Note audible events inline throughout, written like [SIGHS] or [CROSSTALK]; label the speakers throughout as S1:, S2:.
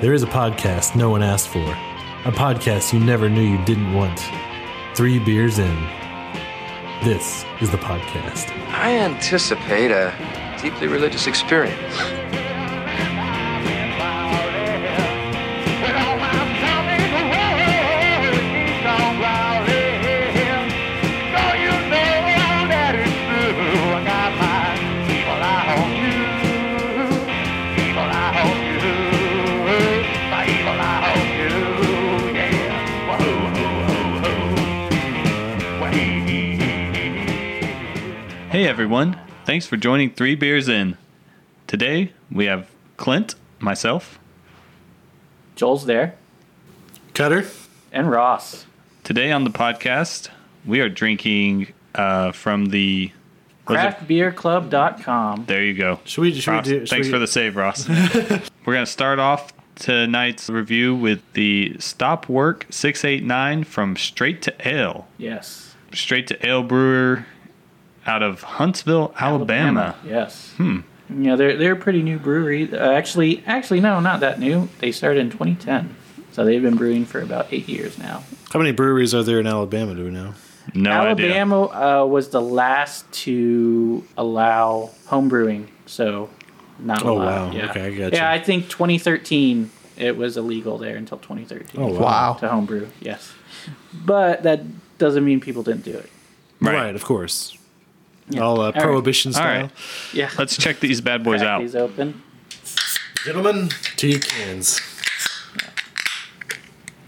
S1: There is a podcast no one asked for, a podcast you never knew you didn't want. Three beers in. This is the podcast.
S2: I anticipate a deeply religious experience.
S3: Hey everyone, thanks for joining Three Beers In. Today we have Clint, myself.
S4: Joel's there,
S1: Cutter?
S4: and Ross.
S3: Today on the podcast, we are drinking uh, from the. was it-
S4: Craftbeerclub.com.
S3: There you go.
S1: Should we, should
S3: Ross,
S1: we do should
S3: thanks
S1: we-
S3: for the save,
S1: [LAUGHS]
S3: Ross. We're going to start off tonight's review with the Stop Work 689 from Straight to Ale.
S4: Yes.
S3: Straight to Ale Brewer out of Huntsville, Alabama.
S4: Yes. Hmm. Yeah, they're they're a pretty new brewery. Uh, actually, actually no, not that new. They started in 2010, so they've been brewing for about eight years now.
S1: How many breweries are there in Alabama? Do we know?
S3: No idea.
S4: Alabama uh, was the last to allow home brewing, so not
S1: Oh,
S4: allowed.
S1: wow.
S4: Yeah.
S1: Okay, I gotcha.
S4: Yeah, I think 2013 it was illegal there until 2013
S1: Oh, wow.
S4: to homebrew. Yes, but that doesn't mean people didn't do it.
S1: Right,
S3: Right.
S1: of course. All uh,
S4: right.
S1: prohibition
S3: All
S1: style.
S3: right.
S4: Yeah.
S3: Let's check these bad boys
S4: Crack
S3: out.
S4: these open.
S1: Gentlemen, to your cans.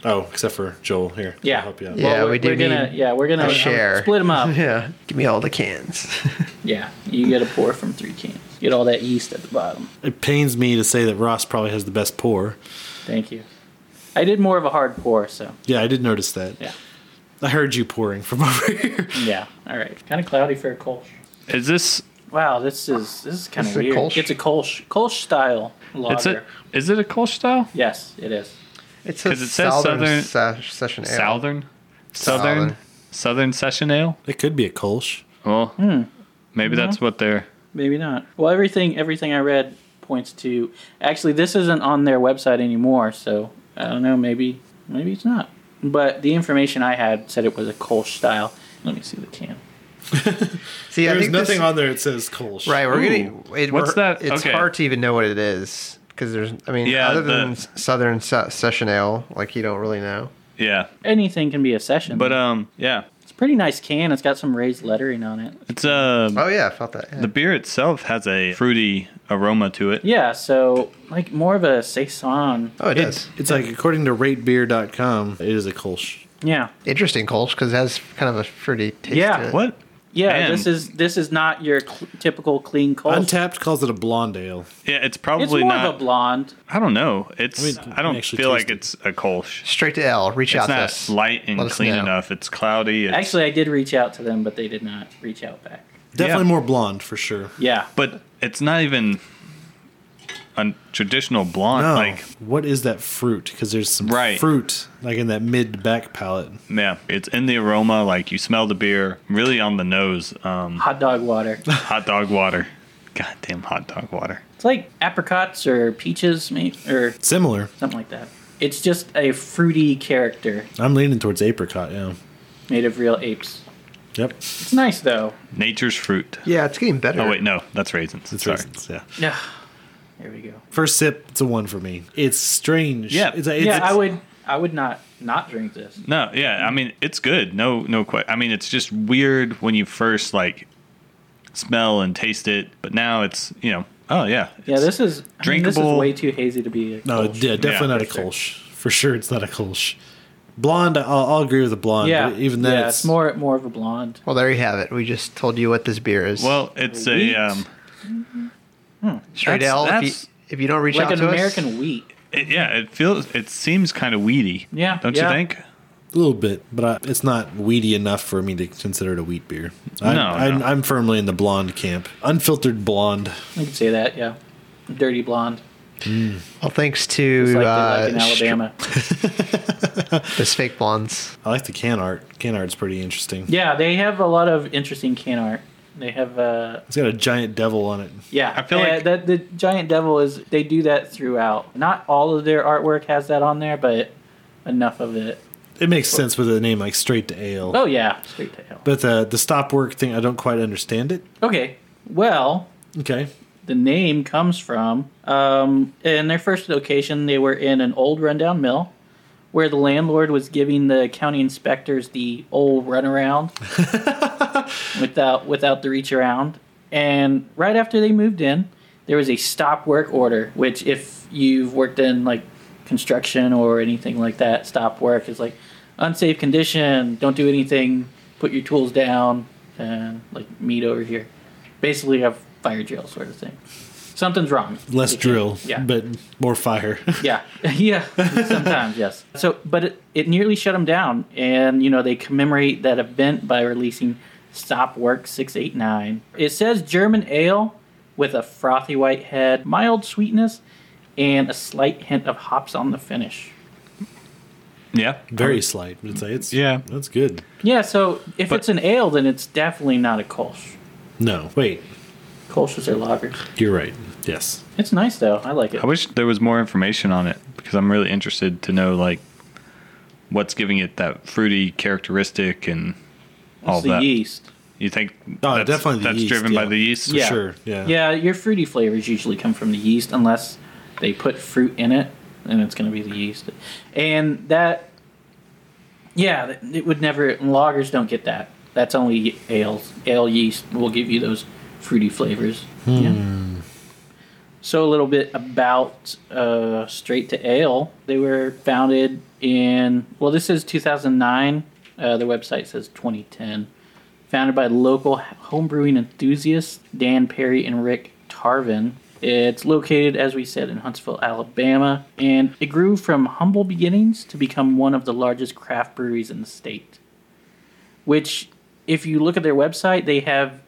S1: Oh, except for Joel here.
S4: Yeah.
S1: I'll help you out.
S5: Yeah,
S4: we're,
S5: we do
S4: we're gonna,
S5: need
S4: yeah, we're gonna
S5: a
S4: um,
S5: share.
S4: split them up.
S5: [LAUGHS] Yeah, give me all the cans. [LAUGHS]
S4: yeah, you get a pour from three cans. Get all that yeast at the bottom.
S1: It pains me to say that Ross probably has the best pour.
S4: Thank you. I did more of a hard pour, so
S1: Yeah, I did notice that.
S4: yeah,
S1: I heard you pouring from [LAUGHS] over here.
S4: yeah. All right, kind of cloudy for a Kolsch.
S3: Is this
S4: Wow, this is this is kind of
S5: It's a
S4: weird.
S5: Kolsch?
S4: It's a Kolsch, Kolsch style lager.
S3: It's a, is it a Kolsch style?
S4: yes, it is.
S5: It's
S3: 'Cause it says Southern-
S5: session ale.
S3: Southern? Southern?
S5: Southern.
S3: Southern Session Ale?
S1: It could be a Kolsch.
S3: Well, maybe that's what they're.
S4: Maybe not. Well, everything everything I read points to. Actually, this isn't on their website anymore, so I don't know. Maybe maybe it's not. But the information I had said it was a Kolsch style. Let me see the can.
S5: See, I think
S1: There's
S5: this-
S1: nothing on there that says Kolsch.
S5: Right, we're
S3: Ooh,
S5: gonna. It,
S3: what's
S5: we're-
S3: that?
S5: It's
S3: Okay.
S5: hard to even know what it is because there's. I mean,
S3: Yeah,
S5: other than
S3: the-
S5: Southern se- session ale, like you don't really know.
S3: Yeah.
S4: anything can be a session.
S3: But, um, yeah.
S4: it's a pretty nice can. It's got some raised lettering on it.
S3: It's uh,
S5: Oh yeah, I felt that. yeah.
S3: The beer itself has a fruity aroma to it.
S4: Yeah, so like more of a saison.
S5: oh, it
S1: It's,
S5: is
S1: it's like, according to ratebeer.com, it is a Kolsch.
S4: Yeah,
S5: interesting, Kolsch, because it has kind of a fruity taste.
S4: Yeah.
S5: to it.
S3: What?
S4: yeah.
S3: Man.
S4: This is this is not your cl- typical clean cold.
S1: Untapped calls it a blonde ale.
S3: Yeah, it's
S4: it's
S3: probably
S4: more
S3: not.
S4: of a blonde.
S3: I don't know. It's.
S1: Let me-
S3: I
S1: let me
S3: don't
S1: actually
S3: feel
S1: taste
S3: like
S1: it.
S3: it's a Kolsch.
S5: Straight to L. Reach
S3: It's
S5: out to
S3: not
S5: us.
S3: light and
S5: Let us
S3: clean
S5: know.
S3: enough. It's cloudy. It's,
S4: Actually, I did reach out to them, but they did not reach out back.
S1: Definitely
S3: Yeah.
S1: more blonde for sure.
S4: Yeah,
S3: but it's not even a traditional blonde.
S1: No.
S3: Like,
S1: Oh, what is that fruit? Because there's some
S3: Right.
S1: fruit like in that mid back palate.
S3: yeah, it's in the aroma. Like, you smell the beer really on the nose. Um,
S4: hot dog water.
S3: hot dog water. Goddamn hot dog water.
S4: it's like apricots or peaches, maybe, or
S1: Similar.
S4: something like that. It's just a fruity character
S1: I'm leaning towards apricot. Yeah.
S4: made of real apes.
S1: Yep.
S4: It's nice though.
S3: Nature's fruit.
S5: Yeah, it's getting better.
S3: Oh wait, no, that's raisins.
S1: It's
S3: Sorry.
S1: raisins, Yeah.
S4: Yeah, there we go.
S1: First sip, it's a one for me. It's strange.
S3: Yeah.
S1: It's, it's,
S4: yeah,
S1: it's-
S4: I would I would not not drink this.
S3: No, yeah, I mean it's good. No, no que- I mean it's just weird when you first like smell and taste it, but now it's you know. Oh yeah.
S4: Yeah,
S3: it's-
S4: this is drinkable.
S3: drinkable.
S4: this is way too hazy to be. A
S1: No,
S4: Kolsch.
S1: yeah,
S3: Yeah,
S1: definitely not a
S4: for sure.
S1: Kolsch. For sure, it's not a Kolsch. Blonde, I'll, I'll agree with the blonde.
S4: yeah,
S1: but even then,
S4: yeah,
S1: it's,
S4: it's more more of a blonde.
S5: Well, there you have it. We just told you what this beer is.
S3: Well, it's a
S4: Wheat.
S3: um,
S5: straight
S3: that's-
S5: L. If you,
S3: that's-
S5: if you don't reach
S4: Like
S5: out
S4: an
S5: to
S4: American
S5: us,
S4: wheat.
S3: it, yeah. It feels it seems kind of weedy.
S4: Yeah,
S3: Don't
S4: yeah.
S3: you think?
S1: a little bit, but I, it's not weedy enough for me to consider it a wheat beer. I'm,
S3: No,
S1: I'm,
S3: no.
S1: I'm firmly in the blonde camp. Unfiltered blonde.
S4: You could say that, yeah. Dirty blonde.
S5: well, thanks to
S4: It's like, they
S5: uh,
S4: like in
S5: str-
S4: Alabama.
S5: this fake blondes.
S1: I like the can art. Can art's pretty interesting.
S4: yeah, they have a lot of interesting can art. They have uh
S1: It's got a giant devil on it.
S4: yeah.
S3: I feel
S4: Uh,
S3: like-
S4: that the giant devil is they do that throughout. Not all of their artwork has that on there, but enough of it.
S1: It makes sense with a name like Straight to Ale.
S4: Oh yeah, straight to hell.
S1: But the the stop work thing, I don't quite understand it.
S4: Okay. Well,
S1: Okay.
S4: the name comes from. Um, in their first location, they were in an old rundown mill where the landlord was giving the county inspectors the old
S1: [LAUGHS]
S4: runaround without without the reach around. And right after they moved in, there was a stop work order, which if you've worked in like construction or anything like that, stop work is like unsafe condition, don't do anything, put your tools down and like meet over here. Basically a fire drill sort of thing. Something's wrong.
S1: Less
S4: You can't-
S1: drill,
S4: Yeah.
S1: but more fire.
S4: Yeah, [LAUGHS] yeah. Sometimes, yes. So, but it, it nearly shut them down, and you know they commemorate that event by releasing Stop Work Six Eight Nine. It says German ale with a frothy white head, mild sweetness, and a slight hint of hops on the finish.
S3: Yeah.
S1: Very slight. But it's like, it's,
S3: Yeah.
S1: That's good.
S4: Yeah. So if
S3: But-
S4: it's an ale, then it's definitely not a Kolsch.
S1: No, wait.
S4: Kolsch is their lager.
S1: You're right. Yes.
S4: It's nice though. I like it.
S3: I wish there was more information on it because I'm really interested to know like what's giving it that fruity characteristic and all
S4: It's the
S3: that.
S4: yeast.
S3: You think
S1: Oh, definitely the
S3: that's
S1: yeast,
S3: driven by
S1: yeah.
S3: the yeast?
S1: For sure, yeah.
S4: Yeah, your fruity flavors usually come from the yeast unless they put fruit in it, and it's going to be the yeast. And that, yeah, that- it would never. Lagers don't get that. That's only ales. Ale yeast will give you those fruity flavors.
S1: Hmm.
S4: Yeah. So a little bit about uh, Straight to Ale. They were founded in well, this is 2009. Uh, their website says 2010 founded by local homebrewing enthusiasts Dan Perry and Rick Tarvin. It's located, as we said, in Huntsville, Alabama, and it grew from humble beginnings to become one of the largest craft breweries in the state. Which, if you look at their website, they have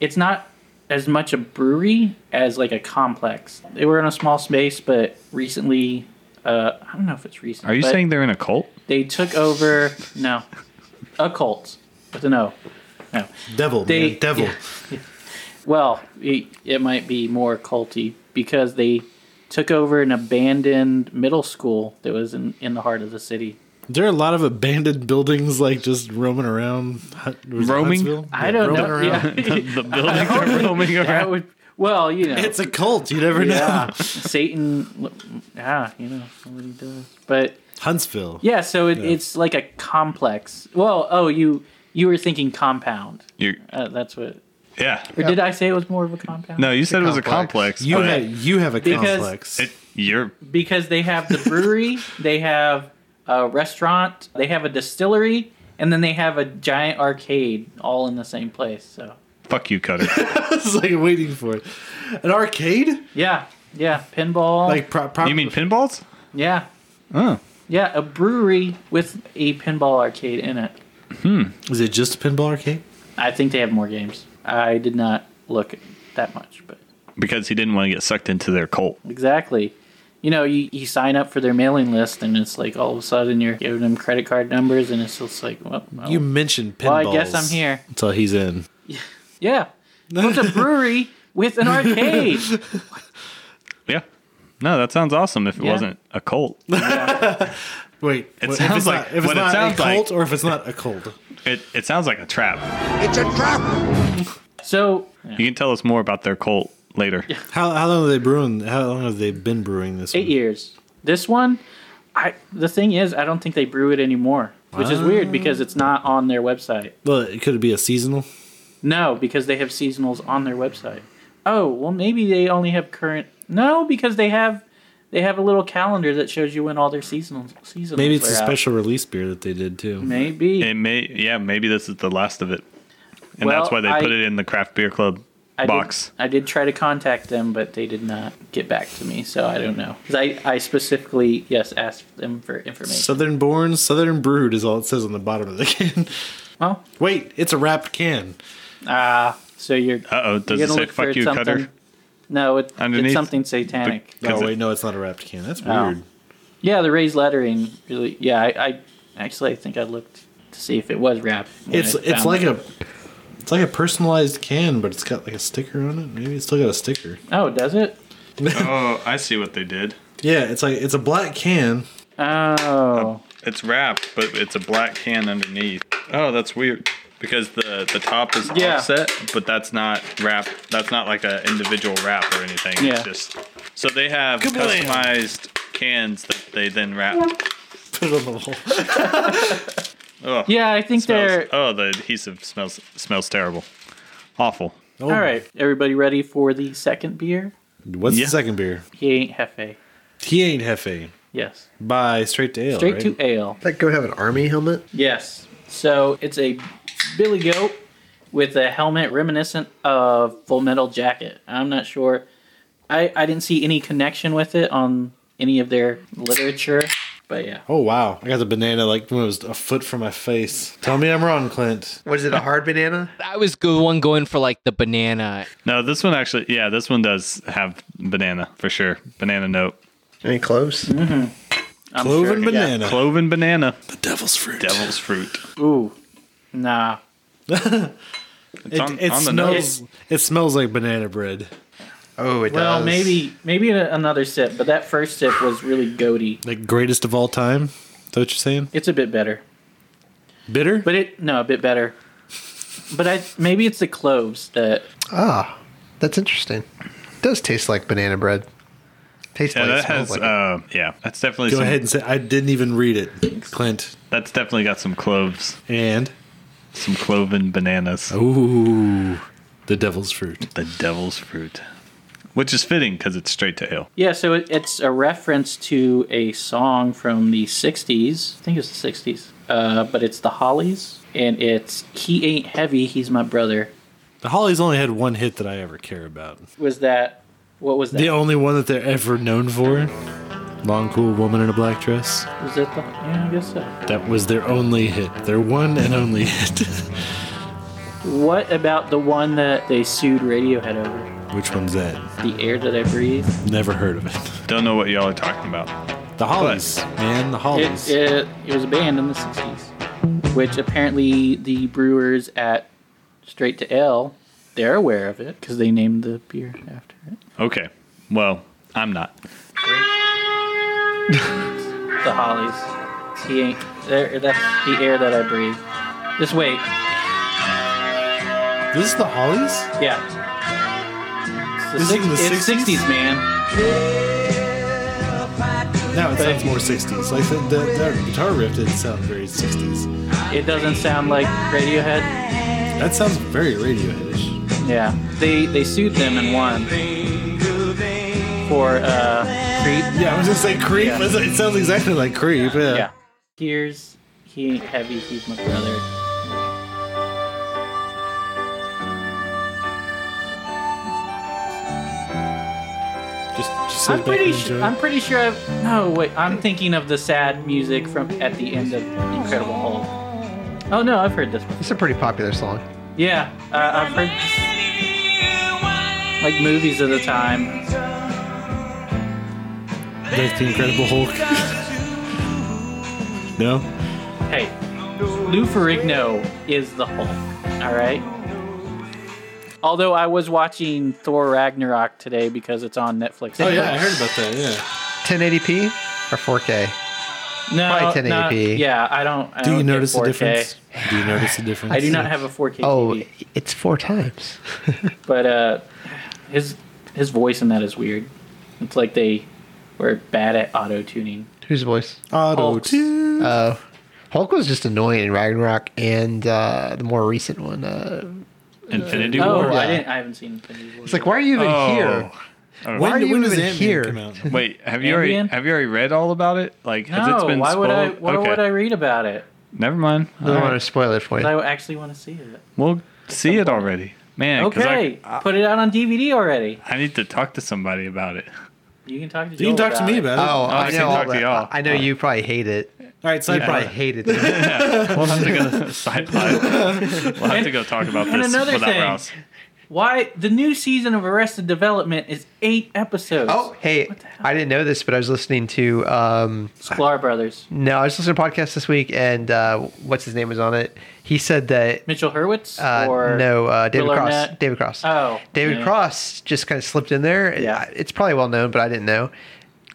S4: it's not as much a brewery as like a complex. They were in a small space, but recently, uh, I don't know if it's recent.
S3: Are you
S4: but-
S3: saying they're in a cult?
S4: they took over no a cult with an O. No.
S1: Devil,
S4: They-
S1: man. Devil.
S4: yeah. Well, it, it might be more culty because they took over an abandoned middle school that was in, in the heart of the city.
S1: There are a lot of abandoned buildings like just roaming around. Hut- was it
S3: Roaming?
S1: Huntsville?
S4: I
S1: Yeah,
S4: don't
S1: roaming
S4: know.
S1: around.
S4: Yeah.
S1: [LAUGHS]
S4: [LAUGHS]
S3: the buildings are roaming
S4: that
S3: around.
S4: would well, you know.
S1: It's a cult. You never know.
S4: yeah, Satan. Yeah, you know what he does. But
S1: Huntsville.
S4: yeah, so it,
S1: Yeah.
S4: it's like a complex. Well, oh, you you were thinking compound.
S3: You're,
S4: Uh, that's what.
S3: yeah.
S4: Or did I say it was more of a compound?
S3: No, you said it was a complex.
S5: complex.
S1: You
S3: but
S1: have, you have a
S4: Because
S1: [LAUGHS] complex.
S3: it, you're
S4: because they have the
S1: [LAUGHS]
S4: brewery, they have a restaurant, they have a distillery, and then they have a giant arcade all in the same place. So
S3: fuck you, Cutter.
S1: it's like waiting for it. An arcade?
S4: yeah, yeah, pinball,
S1: Like pro- pro-
S3: you mean pinballs?
S4: yeah,
S3: Oh,
S4: yeah, a brewery with a pinball arcade in it.
S1: Is it just a pinball arcade?
S4: I think they have more games. I did not look that much, but
S3: because he didn't want to get sucked into their cult.
S4: exactly. You know, you, you sign up for their mailing list, and it's like all of a sudden you're giving them credit card numbers, and it's just like, well, well,
S1: You mentioned pinballs.
S4: Well, I guess I'm here.
S1: Until he's in.
S4: yeah, it's
S1: [LAUGHS]
S4: a brewery with an arcade.
S3: Yeah. No, that sounds awesome. If it
S4: Yeah.
S3: wasn't a cult,
S1: Wait, it if
S3: sounds
S1: it's
S3: like-
S1: not, if it's
S3: what it
S1: not a
S3: sounds like-
S1: cult or if it's not a cult.
S3: it, it sounds like a trap.
S4: So
S3: You can tell us more about their cult later.
S1: How, how long have they brewing? How long have they been brewing this?
S4: eight
S1: one?
S4: years. This one, I the thing is, I don't think they brew it anymore, which is weird because it's not on their website.
S1: Well, it could be a seasonal.
S4: No, because they have seasonals on their website. Oh well, maybe they only have current. No, because they have they have a little calendar that shows you when all their seasonals seasonals.
S1: Maybe it's
S4: are
S1: a
S4: out.
S1: special release beer that they did too.
S4: Maybe
S3: It may, yeah, maybe this is the last of it, and that's why
S4: Well,
S3: they
S4: I-
S3: put it in the craft beer club
S4: I did-
S3: box.
S4: I did try to contact them, but they did not get back to me, so I don't know. 'Cause I I specifically yes asked them for information.
S1: Southern born, Southern brewed is all it says on the bottom of the [LAUGHS] can.
S4: well,
S1: Wait, it's a wrapped can.
S4: ah, so you're.
S3: Uh oh, does
S4: You're
S3: it
S4: gonna
S3: say
S4: look for
S3: "fuck you,
S4: something-
S3: Cutter"?
S4: No, it, it's
S3: Underneath
S4: something satanic.
S1: Oh
S3: Because it-
S1: wait, no, it's not a wrapped can. That's
S4: Oh.
S1: weird.
S4: yeah, the raised lettering really. Yeah, I, I actually I think I looked to see if it was wrapped. when
S1: It's
S4: I
S1: it's
S4: found
S1: like
S4: it.
S1: a It's like a personalized can, but it's got like a sticker on it. Maybe it's still got a sticker.
S4: Oh, does it?
S3: Oh, I see what they did.
S1: Yeah, it's like it's a black can.
S4: Oh,
S3: It's wrapped, but it's a black can underneath. Oh, that's weird. Because the, the top is
S4: Yeah.
S3: offset, but that's not wrapped. That's not like an individual wrap or anything.
S4: Yeah.
S3: It's just so they have
S1: Kablam.
S3: customized cans that they then wrap.
S1: Put it on the wall.
S3: Oh,
S4: yeah. I think
S3: Smells,
S4: they're
S3: oh, the adhesive smells smells terrible. Awful.
S1: Oh,
S4: all right. Everybody ready for the second beer?
S1: What's
S3: Yeah.
S1: the second beer?
S4: He ain't hefe.
S1: He ain't Hefe
S4: Yes.
S1: by Straight to Ale.
S4: Straight
S1: right?
S4: to ale.
S5: That go have an army helmet.
S4: Yes. So it's a Billy Goat with a helmet reminiscent of Full Metal Jacket. I'm not sure. I, I didn't see any connection with it on any of their literature, but yeah.
S1: Oh wow! I got the banana like when it was a foot from my face. Tell me I'm wrong, Clint.
S5: Was it a hard banana?
S6: I was the one going for like the banana.
S3: No, this one actually, yeah, this one does have banana for sure. Banana note.
S5: Any close?
S3: Mm-hmm.
S4: I'm
S1: Clove and
S4: sure.
S1: banana.
S3: Cloven banana.
S1: The devil's fruit.
S3: Devil's fruit.
S4: Ooh, nah.
S3: It's
S1: It,
S3: on,
S1: it
S3: on the nose.
S1: smells. It smells like banana bread,
S5: Oh, it
S4: Well,
S5: does.
S4: maybe maybe a- another sip, but that first sip was really goaty.
S1: like greatest of all time. Is that what you're saying?
S4: It's a bit better,
S1: Bitter.
S4: but it no a bit better. But I maybe it's the cloves that
S5: Ah, that's interesting. It does taste like banana bread. Tastes
S3: Yeah,
S5: like,
S3: that
S5: smells
S3: has,
S5: like.
S3: uh, yeah, that's definitely
S1: Go
S3: some,
S1: ahead and say I didn't even read it, Clint.
S3: That's definitely got some cloves,
S1: And
S3: some cloven bananas.
S1: Oh. ooh, the devil's fruit.
S3: The devil's fruit, which is fitting because it's straight to ale.
S4: Yeah, so it, it's a reference to a song from the 60s. I think it was the 60s. Uh, but it's the Hollies, and it's He Ain't Heavy, He's My Brother.
S1: The Hollies only had one hit that I ever care about.
S4: Was that. What was that?
S1: The only one that they're ever known for. Long, cool woman in a black dress.
S4: Was that the. Yeah, I guess so.
S1: That was their only hit. Their one and only hit. [LAUGHS]
S4: What about the one that they sued Radiohead over?
S1: Which one's that?
S4: The Air That I Breathe?
S1: Never heard of it.
S3: Don't know what y'all are talking about.
S1: The Hollies, man. The Hollies.
S4: It, it, it was a band in the 60s, which apparently the brewers at Straight to Ale, they're aware of it because they named the beer after it.
S3: Okay, well, I'm not.
S4: the hollies. He ain't there. That's the air that I breathe. Just wait.
S1: this is the Hollies.
S4: Yeah. It's
S1: This
S4: the,
S1: is
S4: six,
S1: in the
S4: it's
S1: 60s?
S4: 60s? man.
S1: No, it sounds more 60s. Like the, the, that guitar riff didn't sound very 60s.
S4: It doesn't sound like Radiohead.
S1: That sounds very Radiohead-ish.
S4: Yeah. They they sued them and won for uh creep.
S1: Yeah, I was gonna say Creep. It sounds exactly like Creep. Yeah.
S4: Yeah. Here's he ain't heavy. He's my brother.
S1: Just, just sit
S4: I'm
S1: back
S4: pretty
S1: and
S4: sure.
S1: enjoy.
S4: I'm pretty sure. I've, no, wait. I'm thinking of the sad music from at the end of Incredible Hulk. Oh no, I've heard this one.
S5: it's a pretty popular song.
S4: Yeah, uh, I've heard like movies of the time.
S1: Like the Incredible Hulk. no,
S4: Hey, Lou Ferrigno is the Hulk. All right. Although I was watching Thor Ragnarok today because it's on Netflix.
S1: oh yeah, I heard about that. Yeah.
S5: 1080p or 4K?
S4: No,
S5: Probably
S4: not-
S5: 1080p.
S4: yeah, I don't. I
S1: Do you
S4: don't get
S1: notice the
S4: 4K.
S1: difference? Do you
S4: [LAUGHS]
S1: notice the difference?
S4: I do
S1: [LAUGHS]
S4: not have a 4K
S5: Oh,
S4: TV,
S5: it's four times. [LAUGHS]
S4: but uh, his his voice in that is weird. It's like they were bad at auto tuning.
S5: Whose voice?
S1: auto
S4: Hulks.
S1: tune.
S5: Oh, Hulk was just annoying in Ragnarok and uh, the more recent one. Uh,
S3: Infinity
S4: Oh,
S3: War.
S4: I
S5: yeah.
S4: didn't. I haven't seen. Infinity War
S5: it's like, why are you even
S3: Oh.
S5: here?
S3: Oh.
S5: Why are you even
S1: Ant-Man
S5: here?
S1: come out?
S3: Wait, have you already
S4: Ambien?
S3: have you already read all about it? Like, has
S4: no,
S3: it been
S4: why would I?
S3: spoiled?
S4: Why
S3: okay,
S4: would I read about it?
S3: never mind.
S5: I
S3: All
S5: don't
S3: right.
S5: want to spoil it for you.
S4: I actually want to see it.
S3: We'll see it already, man. 'cause I-
S4: Okay, put it out on DVD already.
S3: I, need to talk to somebody about it.
S4: You can talk to.
S1: You can
S4: Joel
S1: talk to me
S4: it.
S1: about it.
S5: Oh, I
S3: I can
S5: know. All
S3: talk to
S5: the,
S3: y'all.
S5: I know you probably hate it.
S1: All right, side
S5: You probably
S1: product.
S5: hated it.
S3: [LAUGHS]
S5: [LAUGHS]
S3: We'll have to go side pod. We'll have to go talk about
S4: [LAUGHS] And
S3: this
S4: another
S3: without
S4: thing.
S3: Rouse.
S4: Why the new season of Arrested Development is eight episodes?
S5: Oh, hey,
S4: What the hell?
S5: I didn't know this, but I was listening to um,
S4: Sklar Brothers.
S5: no, I was listening to a podcast this week, and uh, what's his name was on it. He said that
S4: Mitchell Hurwitz
S5: uh,
S4: or
S5: no, uh, David
S4: Will
S5: Cross,
S4: Arnett?
S5: David Cross,
S4: Oh,
S5: David
S4: yeah.
S5: Cross just kind of slipped in there.
S4: Yeah.
S5: I- it's probably well known, but I didn't know.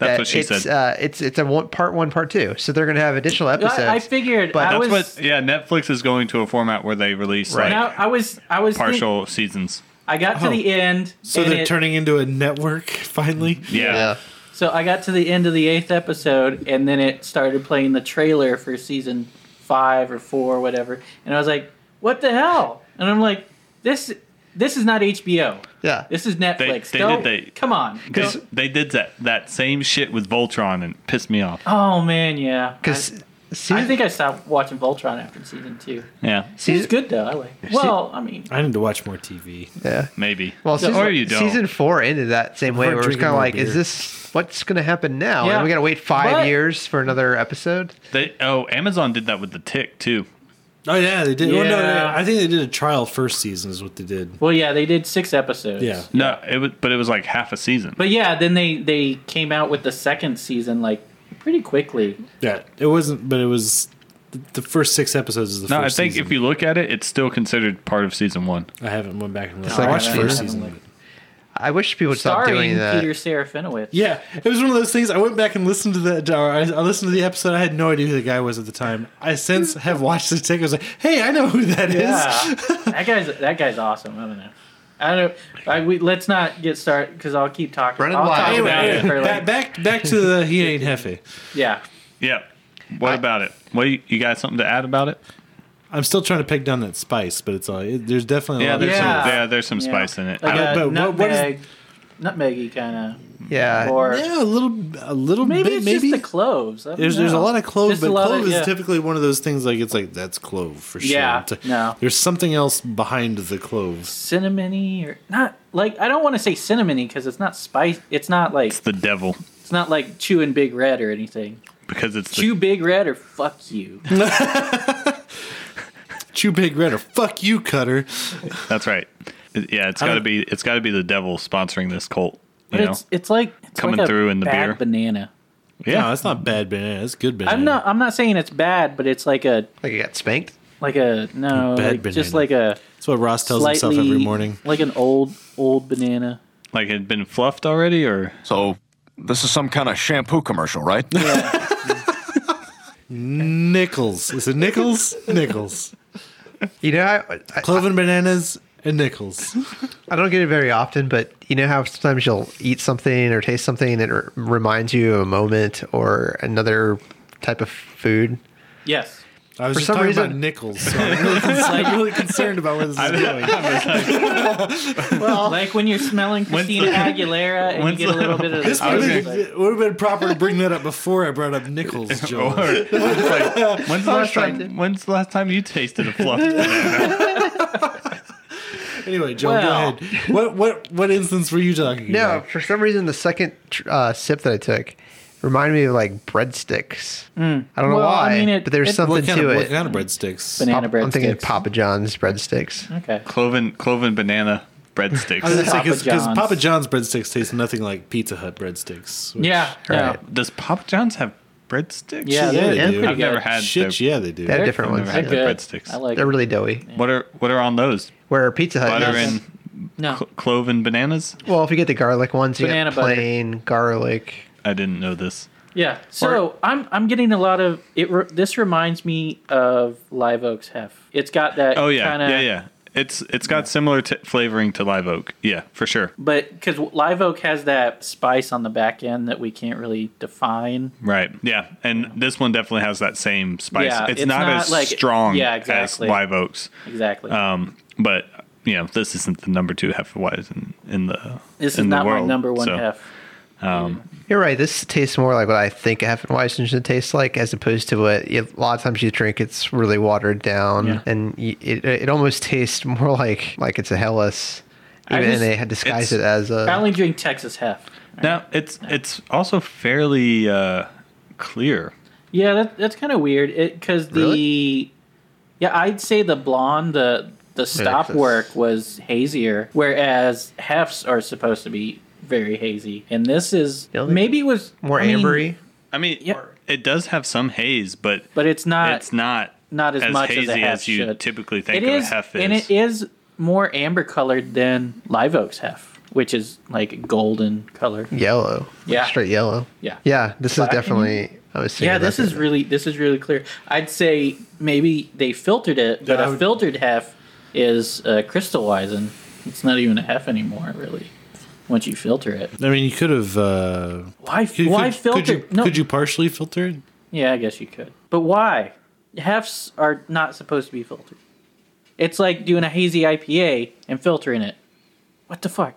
S3: That's
S5: that
S3: what she
S5: it's,
S3: said.
S5: Uh, it's it's a one, part one, part two, so they're going to have additional episodes.
S4: I figured
S5: but
S4: I
S3: That's
S4: was
S3: what. Yeah, Netflix is going to a format where they release like
S5: Right.
S4: now I was I was think-
S3: partial seasons.
S4: I got to
S1: Oh.
S4: the end.
S1: So
S4: and
S1: they're
S4: it-
S1: turning into a network finally.
S3: Yeah.
S5: yeah,
S4: So I got to the end of the eighth episode, and then it started playing the trailer for season five or four or whatever, and I was like, "What the hell?" And I'm like, "This, this is not HBO.
S5: yeah.
S4: This is Netflix.
S3: they
S4: Don't-
S3: did- they-
S4: come on."
S3: They, they did that, that same shit with Voltron and it pissed me off.
S4: Oh man, yeah.
S5: Because
S4: I, I think I stopped watching Voltron after season two.
S3: Yeah,
S4: It's good though. I like. Well, I mean,
S1: I need to watch more TV.
S5: yeah.
S3: maybe.
S5: Well, season,
S3: or you don't.
S5: season four ended that same way,
S1: We're
S5: where it's
S1: drinking
S5: kind of
S1: more
S5: like,
S1: beer.
S5: is this what's going to happen now?
S4: Yeah.
S5: And we got to wait five
S4: But-
S5: years for another episode.
S3: They, oh, Amazon did that with the Tick too.
S1: Oh yeah, they did. well, no, no, no.
S4: Yeah.
S1: I think they did a trial first season is what they did.
S4: well, yeah, they did six episodes.
S1: Yeah.
S3: No, it was, but it was like half a season.
S4: But yeah, then they they came out with the second season like pretty quickly.
S1: Yeah, it wasn't, but it was the, the first six episodes is the
S3: no, I
S1: first.
S3: think
S1: season.
S3: if you look at it, it's still considered part of season one.
S1: I haven't went back and looked.
S5: like
S1: I watched
S5: a
S1: first
S4: season.
S1: season. of it.
S5: I wish people would stop
S4: Starring
S5: doing that.
S4: Peter Serafinowicz.
S1: Yeah, it was one of those things. I went back and listened to that. Or I, I listened to the episode. I had no idea who the guy was at the time.
S4: [LAUGHS]
S1: I since have watched the tick. I was like, hey, I know who that is.
S4: Yeah. [LAUGHS] that guy's that guy's awesome. I don't know. I don't. I, we, let's not get started because I'll keep talking.
S5: Brennan
S4: I'll talk
S5: Wilder.
S1: Anyway,
S4: about it
S1: anyway,
S4: for
S1: back,
S4: like,
S1: back back to the he ain't hefe.
S4: yeah.
S3: Yeah. What about it? What you, you got something to add about it?
S1: I'm still trying to peg down that spice, but it's all it, there's definitely a
S3: Yeah,
S1: lot of
S3: there's
S4: Yeah.
S3: some yeah, there's some
S4: yeah.
S3: spice in it.
S4: Like
S3: I don't-
S1: don't-
S4: a
S1: but what- what is-
S4: nutmeg, nutmeggy kind
S5: yeah,
S4: of, or
S1: yeah, a little a little
S4: maybe
S1: bit
S4: it's
S1: maybe.
S4: just the cloves. I don't
S1: There's, there's a
S4: know.
S1: lot of clove,
S4: Just a
S1: but
S4: lot
S1: clove
S4: of-
S1: is
S4: yeah.
S1: typically one of those things like it's like that's clove for sure.
S4: Yeah,
S1: It's-
S4: no.
S1: There's something else behind the cloves.
S4: cinnamony or not like I don't want to say cinnamony because it's not spice. It's not like
S3: it's the devil
S4: it's not like chewing big red or anything.
S3: because it's the,
S4: Chew big red or fuck you.
S1: Chew big red or fuck you, Cutter.
S3: that's right. It- Yeah, it's got to
S1: don't-
S3: be it's got to be the devil sponsoring this cult. You
S4: But
S3: know,
S4: it's it's like it's
S3: Coming
S4: like a
S3: through in the
S4: bad
S3: beer.
S4: banana.
S1: Yeah, no, that's not bad banana. That's good banana.
S4: I'm not I'm not saying it's bad, but it's like a
S5: like it got spanked.
S4: like a no
S1: A bad
S4: like, just
S1: banana.
S4: like a
S1: That's what Ross tells
S4: slightly
S1: himself every morning.
S4: like an old old banana.
S3: like it had been fluffed already, or
S7: So, this is some kind of shampoo commercial, right?
S1: Nickels. Is
S4: [LAUGHS]
S1: it Nickels? Nickels.
S5: You know, I, I,
S1: Cloven bananas and Nickels.
S5: I don't get it very often, but you know how sometimes you'll eat something or taste something that r- reminds you of a moment or another type of food.
S4: Yes. [LAUGHS]
S1: I was
S5: For
S1: just
S5: some
S1: talking
S5: reason-
S1: about Nickels. So I'm really, cons-
S3: [LAUGHS]
S1: I'm really concerned about where this is going.
S4: Well, like when you're smelling
S3: When's
S4: Christina
S3: the-
S4: Aguilera and you
S3: when's
S4: get a
S3: the-
S4: little bit of
S1: This
S4: this.
S1: would
S3: was
S1: have
S3: gonna-
S1: been, would have been proper to bring that up before I brought up
S4: [LAUGHS]
S1: Nickels,
S3: or
S1: Joel.
S3: when's, like, when's the last
S5: trying
S3: time when's the last time you tasted a fluffed
S4: [LAUGHS]
S3: banana?
S1: Anyway, Joel,
S4: Well.
S1: go ahead. What what what instance were you talking
S5: No,
S1: about?
S5: for some reason, the second tr- uh, sip that I took reminded me of like breadsticks. I don't know
S4: Mm. Well, I
S5: why,
S4: mean, it-
S5: but there's
S4: it-
S5: something
S1: What kind,
S5: to
S1: of, what
S5: it.
S1: kind of breadsticks?
S4: Banana
S5: Pop- I'm thinking
S4: breadsticks. Mm-hmm.
S5: Papa John's breadsticks.
S4: Okay.
S3: cloven cloven banana
S1: I was
S3: breadsticks.
S1: gonna say, 'cause-
S4: Papa
S1: because
S4: John's.
S1: Papa John's breadsticks taste nothing like Pizza Hut breadsticks. which-
S4: Yeah. Yeah.
S5: Right.
S3: Does Papa John's have breadsticks?
S4: Yeah,
S1: yeah,
S4: they're,
S1: they
S4: they're
S1: do.
S4: pretty
S3: I've
S4: good.
S3: never had
S1: Shit,
S3: their,
S1: yeah, they do.
S5: They have
S3: I've
S5: different
S3: never
S5: ones.
S3: had
S4: They're
S3: their
S4: good.
S3: breadsticks.
S4: I like
S5: They're really doughy.
S3: What are what are on those?
S5: Where Pizza Hut
S3: Butter
S5: is-
S3: and
S4: no.
S3: cl- cloven bananas?
S5: well, if you get the garlic ones, you
S4: Banana
S5: get
S4: butter.
S5: plain garlic.
S3: I didn't know this.
S4: Yeah. So I'm I'm getting a lot of it. Re, this reminds me of Live Oaks Hef. It's got that.
S3: Oh yeah,
S4: kinda,
S3: yeah, yeah. It's it's got similar t- flavoring to live oak. Yeah, for sure.
S4: But because Live Oak has that spice on the back end that we can't really define.
S3: Right. Yeah, and this one definitely has that same spice.
S4: Yeah,
S3: it's,
S4: it's
S3: not,
S4: not
S3: as
S4: like-
S3: strong
S4: yeah,
S3: as
S4: exactly.
S3: live oaks.
S4: Exactly.
S3: Um, but you know, this isn't the number two Hefeweizen in, in the
S4: this is
S3: in the
S4: not my
S3: world,
S4: number one
S3: so-
S4: Hef.
S5: You're right. This tastes more like what I think a Heffenweizen should taste like, as opposed to what you, a lot of times you drink. It's really watered down,
S4: Yeah.
S5: and you, it it almost tastes more like like it's a Hellas,
S4: I
S5: even
S4: just-
S5: and they had disguised it
S3: it's-
S5: as
S4: I
S5: a.
S4: only drink Texas Hef.
S3: Now it's it's also fairly uh, clear.
S4: Yeah, that, that's kind of weird. It because the yeah, I'd say the blonde, the the stop
S5: Excess.
S4: work was hazier, whereas hefts are supposed to be very hazy, and this is
S5: Yeah, they-
S4: maybe it was
S5: More
S4: I mean,
S5: ambery.
S3: I mean,
S4: Yeah.
S3: it does have some haze, but
S4: but it's not
S3: it's not
S4: not as much as a
S3: hazy
S4: hef
S3: as you
S4: should.
S3: typically think
S4: it
S3: of
S4: is,
S3: a hef is.
S4: and it is more amber colored than live oak's hef, which is like golden color.
S5: Yellow.
S4: Yeah.
S5: Straight yellow.
S4: Yeah.
S5: Yeah. This is definitely. I was thinking
S4: Yeah,
S5: about
S4: this is
S5: that.
S4: really this is really clear. I'd say maybe they filtered it, but
S1: Yeah, I
S4: a
S1: would-
S4: filtered hef is uh, crystallizing. It's not even a hef anymore, really. Once you filter it,
S1: I mean, you could have. Uh,
S4: why?
S1: could,
S4: why
S1: could,
S4: filter?
S1: Could you,
S4: no,
S1: could you partially filter it?
S4: yeah, I guess you could, but why? Hefs are not supposed to be filtered. It's like doing a hazy IPA and filtering it. What the fuck?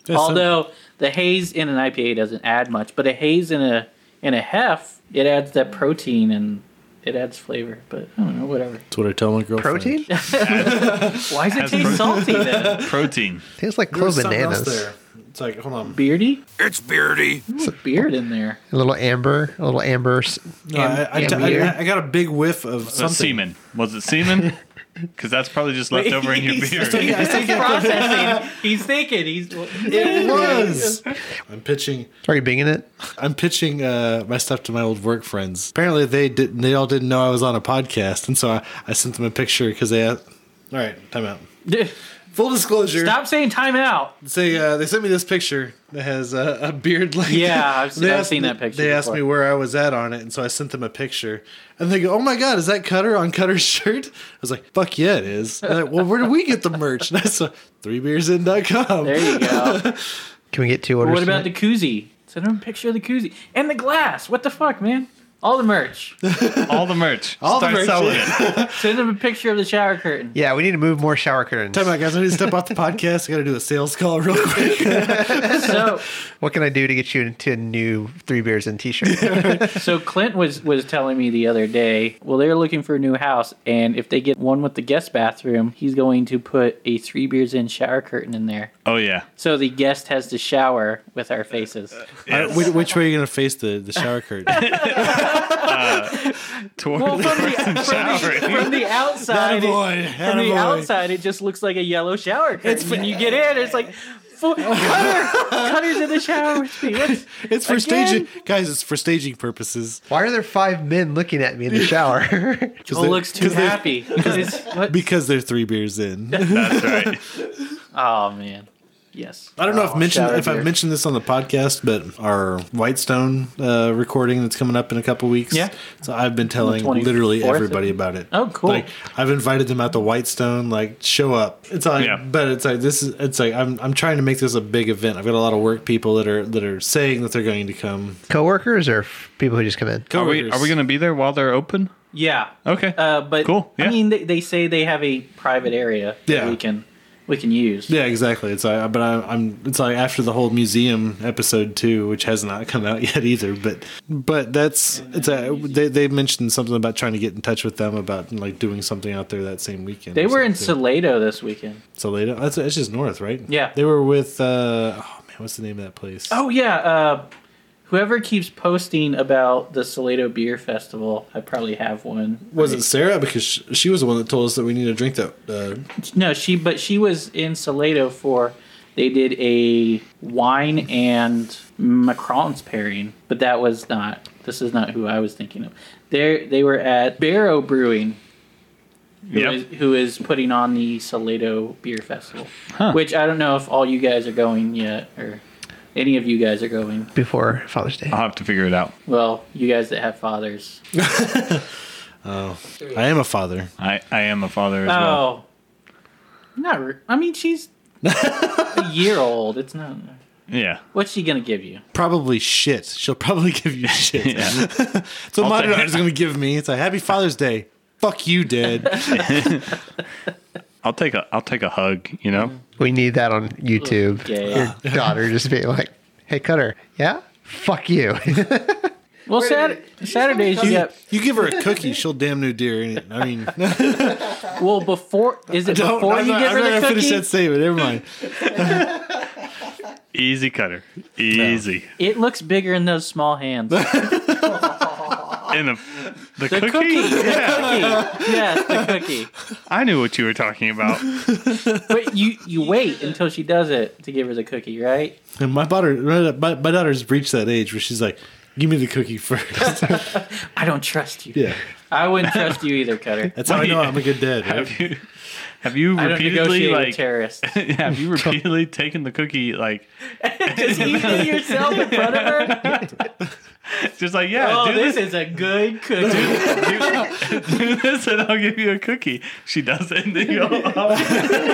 S1: Yeah, some-
S4: Although the haze in an IPA doesn't add much, but a haze in a in a hef, it adds that protein and it adds flavor. But I don't know, whatever.
S1: that's what I tell my
S5: [LAUGHS]
S1: girlfriend.
S5: protein.
S4: [LAUGHS] Why
S3: Has
S4: does it
S3: protein.
S4: taste salty
S1: [LAUGHS]
S4: then?
S3: protein.
S5: Tastes like
S1: There was
S5: clove
S1: something else
S5: bananas.
S1: there. It's like, hold on.
S4: Beardy?
S7: It's beardy.
S4: There's a beard in
S1: [LAUGHS]
S4: there.
S5: A little amber. A little amber. s-
S1: No, I I-
S5: Am-
S1: I-
S5: amber.
S1: I- I got a big whiff of
S3: Was it
S1: something.
S3: semen? Was it
S1: [LAUGHS]
S3: semen? Because that's probably just left over in your beer.
S1: I think it
S4: Processing. [LAUGHS] he's thinking. He's.
S1: was. I'm pitching.
S5: Are you binging it?
S1: I'm pitching uh, my stuff to my old work friends. Apparently, they didn't. They all didn't know I was on a podcast, and so I, I sent them a picture because they. Asked, all right, time out. Full disclosure.
S4: Stop saying time
S1: [LAUGHS]
S4: out.
S1: Say uh, they sent me this picture that has a, a beard. Like
S4: Yeah, I've seen-
S1: They
S4: I've
S1: asked
S4: seen
S1: me-
S4: that picture
S1: They asked
S4: before.
S1: me where I was at on it, and so I sent them a picture. And they go, "Oh my god, is that Cutter on Cutter's [LAUGHS] shirt?" I was like, "Fuck yeah, it is." And they're like, well, where do we get the merch? And I saw threebeersin.com.
S4: There you [LAUGHS] go.
S5: Can we get two orders?
S4: what about the
S5: tonight?
S4: koozie? Send him a picture of the koozie and the glass. What the fuck, man? All the merch.
S3: All the merch.
S1: All the
S3: Start
S1: merch.
S3: selling
S1: [LAUGHS]
S3: it.
S4: Send him a picture of the shower [LAUGHS] curtain.
S5: Yeah, we need to move more shower curtains.
S1: Time out, guys. I need to step off the podcast. I got to do a sales call [LAUGHS] real quick.
S4: So.
S5: What can I do to get you into a new three beers and t-shirt?
S4: So Clint was was telling me the other day, well they're looking for a new house and if they get one with the guest bathroom, he's going to put a three beers in shower curtain in there.
S3: Oh yeah.
S4: So the guest has to shower with our faces.
S1: All right, which, which way are you going to face the, the shower curtain?
S3: Toward
S4: [LAUGHS] Well,
S3: the
S4: from the, from
S3: showering.
S4: the, from the outside,
S1: [LAUGHS] Attaboy,
S4: it, from the
S1: attaboy.
S4: outside, it just looks like a yellow shower curtain. when you get in, it's like, "Fu- Cutter, Cutter's in the shower with me. What's,
S1: It's for
S4: Again?
S1: staging, guys. It's for staging purposes
S5: Why are there five men looking at me in the shower?
S4: Joel
S1: they-
S4: looks too
S1: 'cause they-
S4: happy. 'Cause it's- what-
S1: because they're three beers in.
S3: That's right.
S4: oh man, yes.
S1: I don't know if mentioned
S4: shower
S1: if I've
S4: beer.
S1: mentioned this on the podcast, but our Whitestone uh, recording that's coming up in a couple weeks.
S4: Yeah.
S1: So I've been telling
S4: 24th,
S1: literally
S4: I
S1: everybody
S4: think.
S1: about it.
S4: Oh, cool.
S1: Like I've invited them out to Whitestone. Like show up. It's like,
S3: Yeah.
S1: but it's like this is. It's like I'm I'm trying to make this a big event. I've got a lot of work people that are that are saying that they're going to come.
S5: Coworkers or f- people who just come in?
S3: Are we, are we going to be there while they're open?
S4: Yeah.
S3: Okay.
S4: Uh, but
S3: Cool,
S4: I
S3: yeah.
S4: mean, they, they say they have a private area
S1: Yeah.
S4: that we can we can use.
S1: Yeah, exactly. It's like, but I, I'm. It's like after the whole museum episode too, which has not [LAUGHS] come out yet either. But but that's it's a they they mentioned something about trying to get in touch with them about like doing something out there that same weekend.
S4: They
S1: or
S4: were in
S1: something.
S4: Salado this weekend.
S1: Salado. That's it's just north, right?
S4: Yeah.
S1: they were with. uh Oh man, what's the name of that place?
S4: Oh yeah. Uh, whoever keeps posting about the Salado Beer Festival, I probably have one.
S1: was it Sarah? Because sh- she was the one that told us that we need to drink that. Uh,
S4: No, she but she was in Salado for they did a wine and macarons pairing, but that was not. This is not who I was thinking of. They they were at Barrow Brewing who
S3: Yep.
S4: is who is putting on the Salado Beer Festival, which I don't know if all you guys are going yet or any of you guys are going.
S5: Before Father's Day.
S3: I'll have to figure it out.
S4: Well, you guys that have fathers.
S1: I am a father.
S3: I, I am a father as well.
S4: Oh, not. Re- I
S3: [LAUGHS]
S4: mean, she's a year old. It's not.
S3: Yeah.
S4: What's she gonna give you?
S1: Probably shit. She'll probably [LAUGHS] give you
S4: [LAUGHS]
S1: shit.
S3: Yeah.
S1: [LAUGHS] So
S3: I'll
S1: my
S3: take it.
S1: daughter's gonna give me. It's like Happy Father's Day. Fuck you, Dad.
S3: I'll take a I'll take a hug, you
S1: Mm-hmm.
S3: know.
S5: We need that on YouTube.
S4: Yeah.
S5: Your [LAUGHS] daughter just being like, "Hey, Cutter, yeah, fuck you."
S4: Well, Sat- Saturdays you
S1: You,
S4: got.
S1: [LAUGHS] you give her a cookie, she'll damn new deer. ain't it? I mean, [LAUGHS]
S4: Well, before is it
S1: don't.
S4: before
S1: I'm
S4: you
S1: not,
S4: give
S1: I'm
S4: her
S1: not
S4: the
S1: gonna finish
S4: cookie?
S1: that statement. Never
S4: [LAUGHS]
S1: mind.
S3: Easy cutter. Easy.
S1: [LAUGHS]
S4: It looks bigger in those small hands.
S3: In a The,
S4: The
S3: cookie?
S4: cookie.
S3: Yeah,
S4: cookie. Yes, the cookie.
S3: [LAUGHS] I knew what you were talking
S1: [LAUGHS]
S3: about.
S4: But you you wait until she does it to give her the cookie, right?
S1: And my daughter, my, my daughter's reached that age where she's like, "Give me the cookie [LAUGHS] first.
S4: I don't trust you.
S1: yeah,
S4: I wouldn't trust you either, Cutter.
S1: that's how I know
S3: Wait.
S1: I'm a good dad. Right?
S3: Have you, have you
S4: I don't
S3: repeatedly
S4: negotiate with
S3: like [LAUGHS]
S4: terrorists.
S3: have you repeatedly taken the cookie like
S4: Just eating yourself in front of
S3: [LAUGHS]
S4: her.
S3: just like yeah
S4: Oh,
S3: do
S4: this
S3: this,
S4: is a good cookie.
S3: [LAUGHS] do, do this and I'll give you a cookie. She does it and then you go "Oh."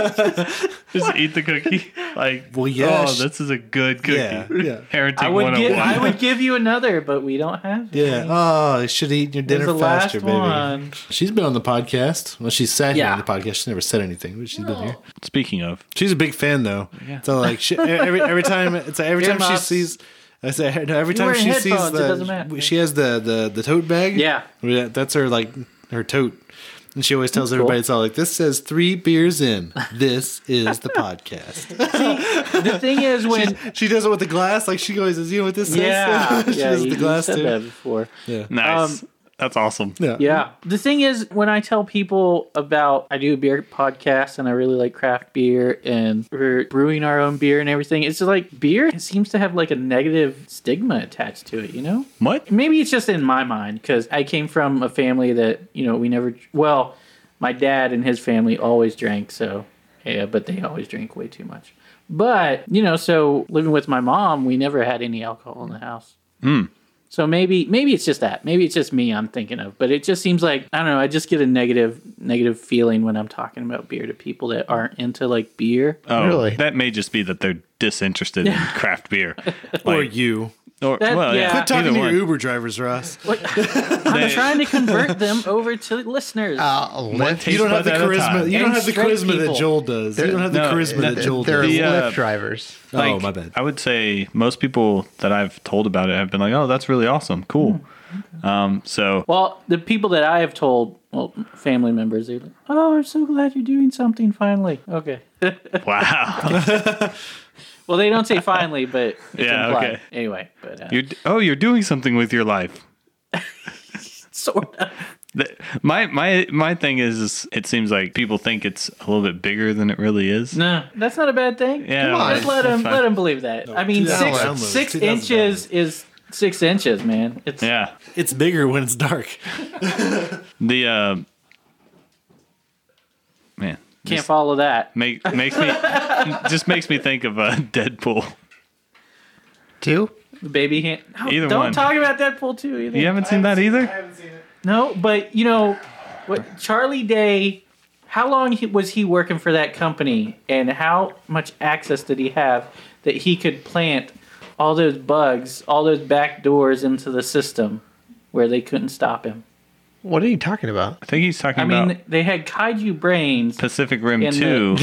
S3: [LAUGHS] just eat the cookie like
S1: Well, yeah,
S3: oh
S1: she-
S3: this is a good cookie oh
S1: Yeah, yeah,
S3: parenting
S4: I would give
S3: 101
S4: I would give you another, but we don't have. it.
S1: yeah. Oh, you should eat your
S4: It was
S1: dinner
S4: the
S1: faster,
S4: last
S1: baby.
S4: one.
S1: She's been on the podcast. Well, she's sat here
S4: Yeah.
S1: on the podcast. She never said anything, but she's been here.
S3: speaking of
S1: She's a big fan though. So like she, e-, every every time it's like, every time she
S4: Earmuffs.
S1: sees I say no, every
S4: You're
S1: time
S4: wearing
S1: she sees
S4: headphones, it doesn't
S1: the
S4: matter.
S1: she has the the the tote bag.
S4: Yeah.
S1: Yeah, that's her like her tote. And she always tells everybody
S4: cool.
S1: it's all like this says 3 beers in. This is the
S4: [LAUGHS]
S1: podcast.
S4: The thing is when
S1: she does it with the glass like she always says, you know what this
S4: yeah,
S1: says? [LAUGHS] she
S4: yeah,
S1: does
S4: you,
S1: the
S4: you
S1: glass
S4: said that
S1: too.
S4: before.
S1: Yeah.
S3: nice that's awesome
S1: Yeah.
S4: Yeah. The thing is, when I tell people about I do a beer podcast and I really like craft beer and we're brewing our own beer and everything, it's just like beer it seems to have like a negative stigma attached to it, you know?
S3: what
S4: Maybe it's just in my mind because I came from a family that, you know, we never, well, my dad and his family always drank, so, yeah, but they always drank way too much. But, you know, so living with my mom, we never had any alcohol in the house. So maybe maybe it's just that. Maybe it's just me I'm thinking of. But it just seems like I don't know, I just get a negative negative feeling when I'm talking about beer to people that aren't into like beer.
S3: oh
S5: Really?
S3: that may just be that they're disinterested in
S4: [LAUGHS]
S3: craft beer
S1: Or
S3: Like,
S1: you.
S3: or-
S4: That-
S3: well yeah
S4: yeah.
S1: Quit talking
S3: either
S1: to your
S3: one.
S1: Uber drivers, Ross.
S4: I'm trying to convert them over to listeners.
S5: [LAUGHS] Uh, Lyft,
S1: You don't have the
S3: Taste buds at a
S1: charisma.
S3: time.
S1: You don't
S4: And
S1: have the
S4: straight
S1: charisma that
S4: people.
S1: Joel does. You don't have the
S3: no,
S1: charisma that Joel
S5: they're
S1: does.
S3: The, uh,
S5: Lyft drivers.
S1: oh, my bad.
S3: I would say most people that I've told about it have been like, "Oh, that's really awesome, cool."
S4: Hmm,
S3: Um, so
S4: well, the people that I have told, well, family members, they're like, "Oh, I'm so glad you're doing something finally." Okay. [LAUGHS]
S3: wow,
S4: Well, they don't say finally, but
S3: [LAUGHS]
S4: it's
S3: Yeah,
S4: implied.
S3: okay.
S4: Anyway, but uh,
S3: you're oh, you're doing something with your life.
S4: [LAUGHS] sort of.
S3: That- My my my thing is, is it seems like people think it's a little bit bigger than it really is.
S4: No, that's not a bad thing.
S3: Yeah,
S5: Come on.
S4: Just let him let him believe that. I mean,
S1: $2,000 downloads,
S4: six six
S1: $2,000
S4: inches is six inches, man. It's
S3: yeah.
S1: It's bigger when it's dark.
S3: The uh, man
S4: can't follow that.
S3: make, makes
S4: [LAUGHS]
S3: me just makes me think of a uh, Deadpool.
S5: Two?
S4: The baby hand. No,
S3: Either
S4: don't
S3: one.
S4: talk about Deadpool two either.
S3: You haven't seen that either.
S4: No, but you know what? Charlie Day. How long he, was he working for that company, and how much access did he have that he could plant all those bugs, all those back doors into the system where they couldn't stop him?
S5: What are you talking about?
S3: I think he's talking
S4: I mean,
S3: about
S4: they had kaiju brains.
S3: Pacific Rim
S4: in [LAUGHS]
S3: Two,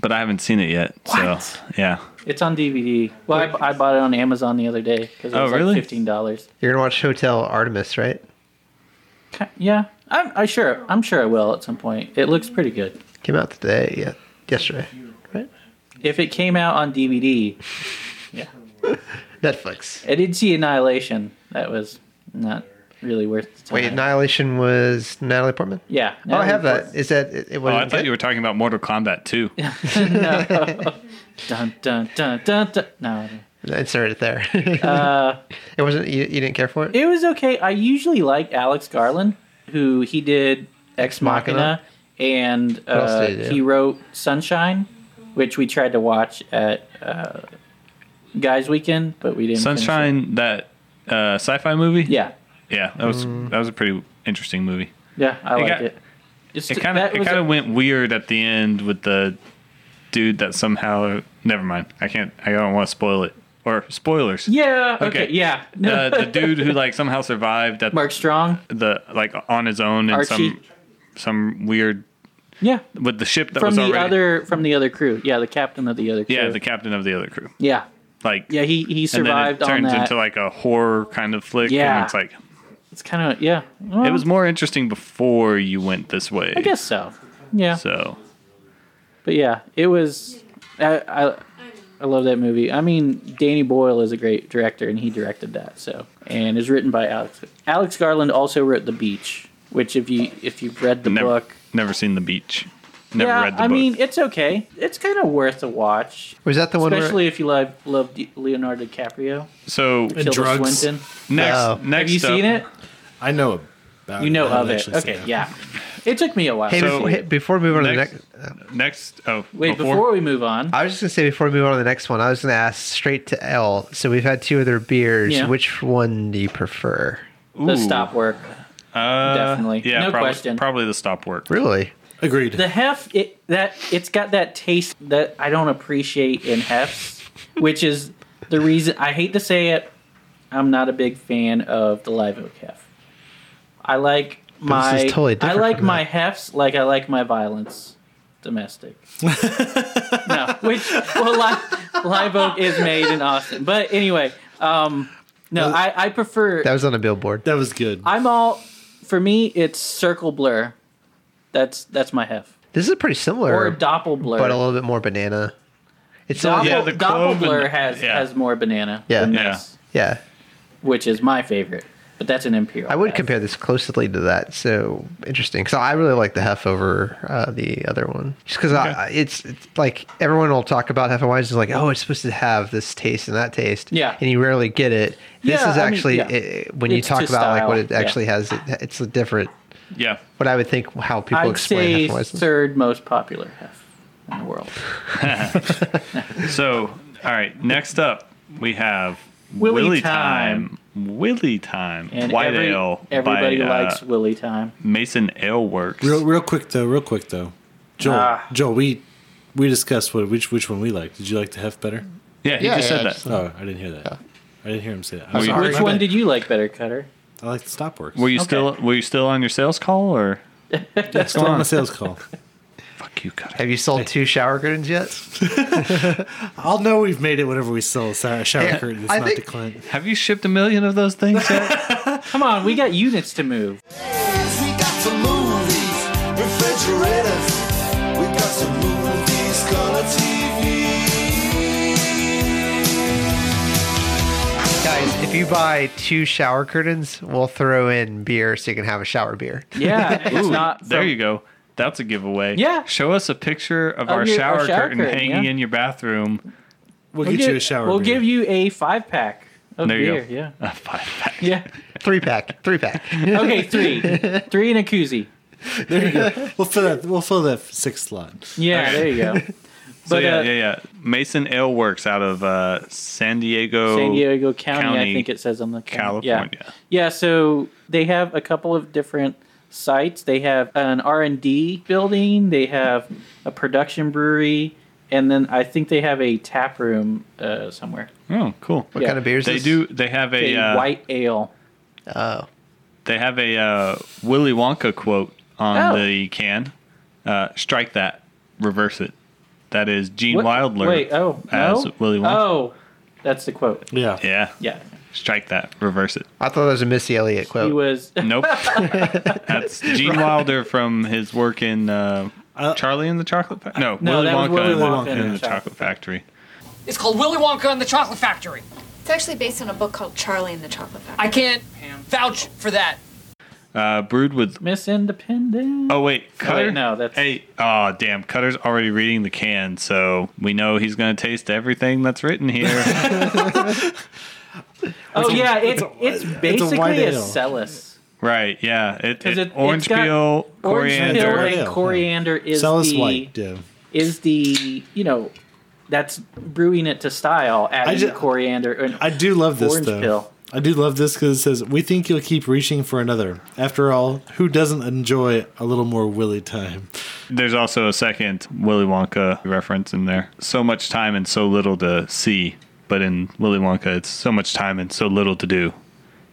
S3: but I haven't seen it yet. So
S4: What?
S3: yeah.
S4: It's on DVD. Well, I, I bought it on Amazon the other day because it
S3: Oh,
S4: was
S3: really?
S4: like fifteen dollars.
S5: You're gonna watch Hotel Artemis, right?
S4: Yeah, I'm I sure. I'm sure I will at some point. It looks pretty good.
S5: Came out today, yeah, yesterday, right?
S4: If it came out on DVD,
S5: Netflix.
S4: I did see Annihilation. That was not really worth. The time.
S5: Wait, Annihilation was Natalie Portman.
S4: Yeah.
S5: Oh, I have that. Is that it? it
S3: Oh,
S5: was
S3: I thought you were talking about Mortal Kombat 2.
S4: Dun dun dun dun dun. No,
S5: Insert it there. [LAUGHS]
S4: Uh,
S5: it wasn't. You, you didn't care for it.
S4: it was okay. I usually like Alex Garland, who he did Ex Machina,
S5: Machina.
S4: and
S5: else
S4: uh,
S5: did he do?
S4: he wrote Sunshine, which we tried to watch at uh, Guys Weekend, but we didn't. finish it.
S3: Sunshine, that uh, sci-fi movie.
S4: Yeah,
S3: yeah, that was that was a pretty interesting movie.
S4: yeah, I
S3: It
S4: liked
S3: got-
S4: it. It's
S3: It
S4: t-
S3: kind of
S4: that
S3: it
S4: was a-
S3: kind of went weird at the end with the dude that somehow. Never mind. I can't. I don't want to spoil it or spoilers.
S4: yeah. Okay.
S3: Okay.
S4: Yeah.
S3: Uh, the dude who like somehow survived at
S4: [LAUGHS] Mark Strong.
S3: the like on his own in
S4: Archie.
S3: some some weird
S4: Yeah.
S3: with the ship that
S4: from
S3: was
S4: the
S3: already
S4: other from the other crew. Yeah, the captain of the other crew.
S3: yeah the captain of the other crew
S4: yeah.
S3: like
S4: Yeah, he he
S3: and then
S4: survived
S3: it
S4: on
S3: turns
S4: that.
S3: into like a horror kind of flick and
S4: Yeah.
S3: it's like
S4: it's kind of yeah.
S3: It was more interesting before you went this way.
S4: I guess so. Yeah.
S3: So
S4: But yeah, it was. I, I I love that movie. I mean, Danny Boyle is a great director, and he directed that. So, and is written by Alex. Alex Garland also wrote The Beach, which if you if you've read the
S3: Never,
S4: book,
S3: never seen The Beach. Never
S4: yeah,
S3: read the
S4: I
S3: book.
S4: mean, it's okay. It's kind of worth a watch,
S5: Was that the one
S4: especially if you love love D- Leonardo DiCaprio,
S3: so
S1: And
S4: Tilda
S1: drugs.
S4: Swinton.
S3: next,
S5: Oh.
S3: next
S4: Have you
S3: up-
S4: seen it?
S1: I know about
S4: You know
S1: it. I haven't
S4: of it.
S1: actually seen
S4: Okay, yeah. It took me a while.
S5: where? Hey,
S4: to
S3: So-
S5: before,
S4: see
S5: hey,
S4: it.
S5: before we move on
S3: Next-
S5: to the next.
S3: Next, oh,
S4: wait, before? we move on,
S5: I was just gonna say before we move on to the next one, I was gonna ask straight to L. So we've had two other beers.
S4: Yeah.
S5: Which one do you prefer?
S4: the
S3: Ooh.
S4: stop work.
S3: Uh,
S4: Definitely.
S3: yeah,
S4: No
S3: probably,
S4: question.
S3: Probably the stop work.
S5: Really?
S1: it. Agreed.
S4: The hef, it, that it's got that taste that I don't appreciate in hefs, which is the reason I hate to say it. I'm not a big fan of the live oak hef. I like my
S5: is totally
S4: I
S5: different
S4: like
S5: from
S4: my hefs like I like my violence domestic.
S5: [LAUGHS]
S4: no, which well, live, live oak is made in Austin, but anyway, um, no, I, I prefer
S5: That was on a billboard.
S1: that was good.
S4: I'm all for me. It's circle blur. That's that's my hef
S5: This is pretty similar,
S4: or doppel blur.
S5: but a little bit more banana. It's
S4: doppel,
S5: yeah.
S3: Yeah, the
S4: doppel
S3: clove
S4: blur
S3: and-
S4: has
S3: yeah.
S4: has more banana.
S5: Yeah.
S4: than
S3: Yeah.
S4: this,
S5: yeah.
S4: which is my favorite. But that's an imperial.
S5: I would
S4: hef.
S5: compare this closely to that. So interesting. So I really like the Hef over uh, the other one, just because it's, it's like everyone will talk about Hefeweizen is like, oh, it's supposed to have this taste and that taste.
S4: Yeah.
S5: and you rarely get it. This
S4: Yeah,
S5: is
S4: I mean,
S5: actually
S4: yeah.
S5: it, when you
S4: It's
S5: talk
S4: to
S5: about like what
S4: style,
S5: it actually has. It, it's a different.
S3: Yeah.
S5: What I would think how people
S4: I'd say
S5: explain Hefeweizen.
S4: third most popular hef in the world.
S3: So, all right. Next up, we have
S4: Willy
S3: Willy,
S4: Time.
S3: Time. Willy Time.
S4: And
S3: White
S4: every-
S3: Ale.
S4: everybody
S3: by, uh,
S4: likes Willy Time.
S3: Mason Ale Works.
S1: Real, real quick though. Real quick though. Joel,
S4: Ah.
S1: Joel, we we discussed what which which one we liked. Did you like the hef better?
S3: yeah, he
S6: Yeah,
S3: just
S6: yeah,
S3: said that.
S6: just-
S1: Oh, I didn't hear that. I didn't hear him say that.
S3: Were
S1: I'm
S3: you-
S1: sorry.
S4: Which
S1: My
S4: one
S1: bad.
S4: did you like better, Cutter?
S1: I like the stop works?
S3: Were you
S4: Okay.
S3: still were you still on your sales call
S4: [LAUGHS]
S3: or?
S1: That's still on my sales call.
S3: Fuck you, guys.
S5: Have you sold two shower curtains yet?
S1: I'll know we've made it whenever we sell a shower
S5: Yeah,
S1: curtain. It's
S5: I
S1: not
S5: think-
S1: to Clint.
S3: Have you shipped a million of those things yet?
S4: Come on, we got units to move.
S8: We got some movies, refrigerators. We got some movies, color TV.
S5: Guys, if you buy two shower curtains, we'll throw in beer so you can have a shower beer.
S4: Yeah, [LAUGHS] it's
S3: Ooh,
S4: not.
S3: there
S4: from-
S3: you go. That's a giveaway.
S4: Yeah.
S3: Show us a picture of, our,
S4: your-
S3: shower
S4: our shower
S3: curtain,
S4: curtain,
S3: hanging
S4: yeah.
S3: in your bathroom.
S1: We'll,
S4: We'll
S1: get,
S4: gi-
S1: you a shower.
S4: We'll
S1: beer.
S4: give you a five pack of
S3: There you
S4: beer.
S3: go.
S4: Yeah,
S3: A five pack.
S4: yeah.
S5: Three pack, three pack.
S4: Okay, three, three and a koozie.
S1: We'll fill that. We'll fill that sixth slot.
S4: Yeah,
S3: Okay.
S4: there you go.
S3: So
S4: But,
S3: yeah,
S4: uh,
S3: yeah, yeah. Mason Ale Works out of uh, San Diego.
S4: San Diego County, I
S3: County,
S4: think it says on the county.
S3: California.
S4: Yeah. yeah, so they have a couple of different sites. They have an R and D building. They have a production brewery, and then I think they have a tap room uh, somewhere.
S3: Oh, cool.
S5: What
S4: Yeah.
S5: kind of beers?
S3: They
S5: this?
S3: do. They have a,
S4: A
S3: uh,
S4: white ale.
S3: They have a uh, Willy Wonka quote on
S4: Oh.
S3: the can. Uh, strike that. Reverse it. That is Gene
S4: What-
S3: Wilder.
S4: Wait, oh,
S3: as
S4: no?
S3: Willy Wonka.
S4: Oh, that's the quote.
S1: Yeah.
S3: Yeah.
S4: Yeah,
S3: Strike that. Reverse it.
S5: I thought that was a Missy Elliott quote.
S4: he was. [LAUGHS]
S3: Nope. That's Gene Wilder from his work in uh, Charlie and the Chocolate Factory. No,
S4: No,
S3: Willy
S4: that was
S3: Wonka,
S4: Willy
S3: and,
S4: Wonka
S3: and the Chocolate Factory.
S9: It's called Willy Wonka and the Chocolate Factory.
S10: It's actually based on a book called Charlie and the Chocolate Factory.
S9: I can't vouch for that.
S3: Uh, brewed with
S4: Miss Independent.
S3: Oh wait, Cutter.
S4: no, that's-
S3: hey. Oh damn, Cutter's already reading the can, so we know he's gonna taste everything that's written here.
S4: Oh yeah, it, it's basically a
S1: ale.
S4: cellus.
S3: right? Yeah. It, it,
S4: it-
S3: orange
S4: it's got
S3: peel,
S4: Orange
S3: coriander.
S4: peel
S1: Yeah.
S4: and coriander is
S1: Sell us
S4: the
S1: white. Yeah.
S4: is the you know that's brewing it to style adding
S1: I ju-
S4: coriander and
S1: I do love this
S4: Orange
S1: though.
S4: pill.
S1: I do love this because it says, "We think you'll keep reaching for another." After all, who doesn't enjoy a little more Willy time?
S3: There's also a second Willy Wonka reference in there. So much time and so little to see, but in Willy Wonka, it's so much time and so little to do.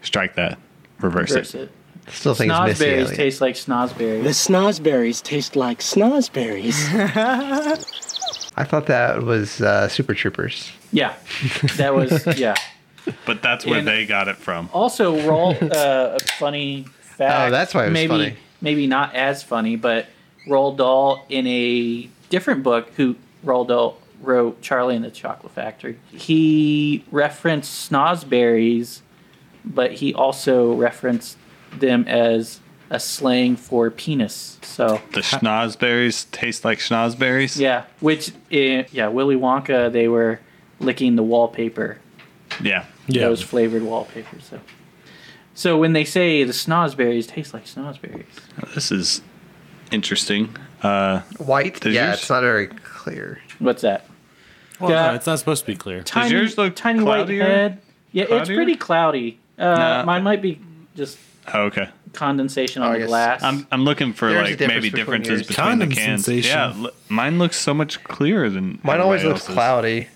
S3: Strike that. Reverse,
S4: verse
S3: it.
S4: it.
S5: Still think it's Missy
S4: Snozberries
S5: Elliott.
S4: taste like snozberries.
S11: snozberries taste like snozberries.
S5: I thought that was uh, Super Troopers.
S4: Yeah, that was
S1: [LAUGHS]
S4: yeah.
S3: But that's where
S4: And-
S3: they got it from.
S4: Also,
S5: [LAUGHS]
S4: roll uh, a funny fact.
S5: Oh, that's why it was
S4: maybe
S5: funny.
S4: maybe not as funny, but Roald Dahl in a different book who Roald Dahl. wrote Charlie and the Chocolate Factory, he referenced snozberries, but he also referenced them as a slang for penis. So
S3: The schnozberries taste like schnozberries.
S4: yeah, which eh, yeah, Willy Wonka they were licking the wallpaper
S3: Yeah.
S4: those flavored wallpapers. So, so when they say the snozberries taste like snozberries,
S3: This is interesting. Uh,
S5: White?
S3: Does
S5: yeah,
S3: yours-
S5: it's not very clear.
S4: what's that?
S1: Well,
S4: Yeah.
S1: no, it's not supposed to be clear.
S4: Tiny,
S3: yours look
S4: tiny
S3: cloudier?
S4: white head. Yeah, it's
S3: Cloudier?
S4: pretty cloudy. Uh,
S3: Nah.
S4: Mine might be just
S3: oh, okay.
S4: condensation
S5: Oh,
S4: on
S5: I
S4: the
S5: guess
S4: glass.
S3: I'm I'm looking for
S5: There's a
S3: like
S5: difference
S3: maybe
S5: between
S3: differences
S5: yours.
S3: between the
S1: Condom
S3: cans.
S1: sensation.
S3: Yeah, l- mine looks so much clearer than
S5: Mine always
S3: everybody
S5: looks
S3: else's.
S5: cloudy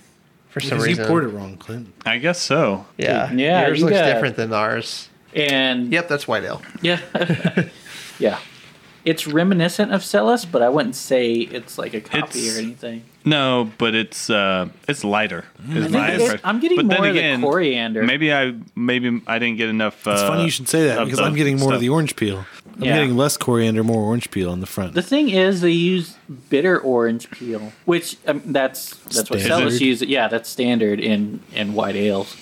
S5: for some
S1: Because you
S5: reason.
S1: poured it wrong, Clint.
S3: I guess so.
S5: Yeah.
S4: Yeah,
S5: Yours
S4: you
S5: looks
S4: got-
S5: different than ours.
S4: and
S5: Yep, that's white ale.
S4: yeah, [LAUGHS] yeah. It's reminiscent of Celis, but I wouldn't say it's like a copy
S3: It's-
S4: or anything.
S3: No, but it's uh, it's lighter. Is
S4: Mm.
S3: my
S4: I think it's-
S3: impression.
S4: I'm getting
S3: but
S4: more
S3: then
S4: of the
S3: again,
S4: coriander.
S3: Maybe I maybe I didn't get enough. Uh,
S1: It's funny you should say that
S3: of
S1: because
S3: the
S1: I'm getting more
S3: stuff.
S1: of the orange peel. I'm
S4: Yeah.
S1: getting less coriander, more orange peel on the front.
S4: The thing is, they use bitter orange peel, which um, that's that's what
S1: Standard.
S4: Celis uses. Yeah, that's standard in in white ales.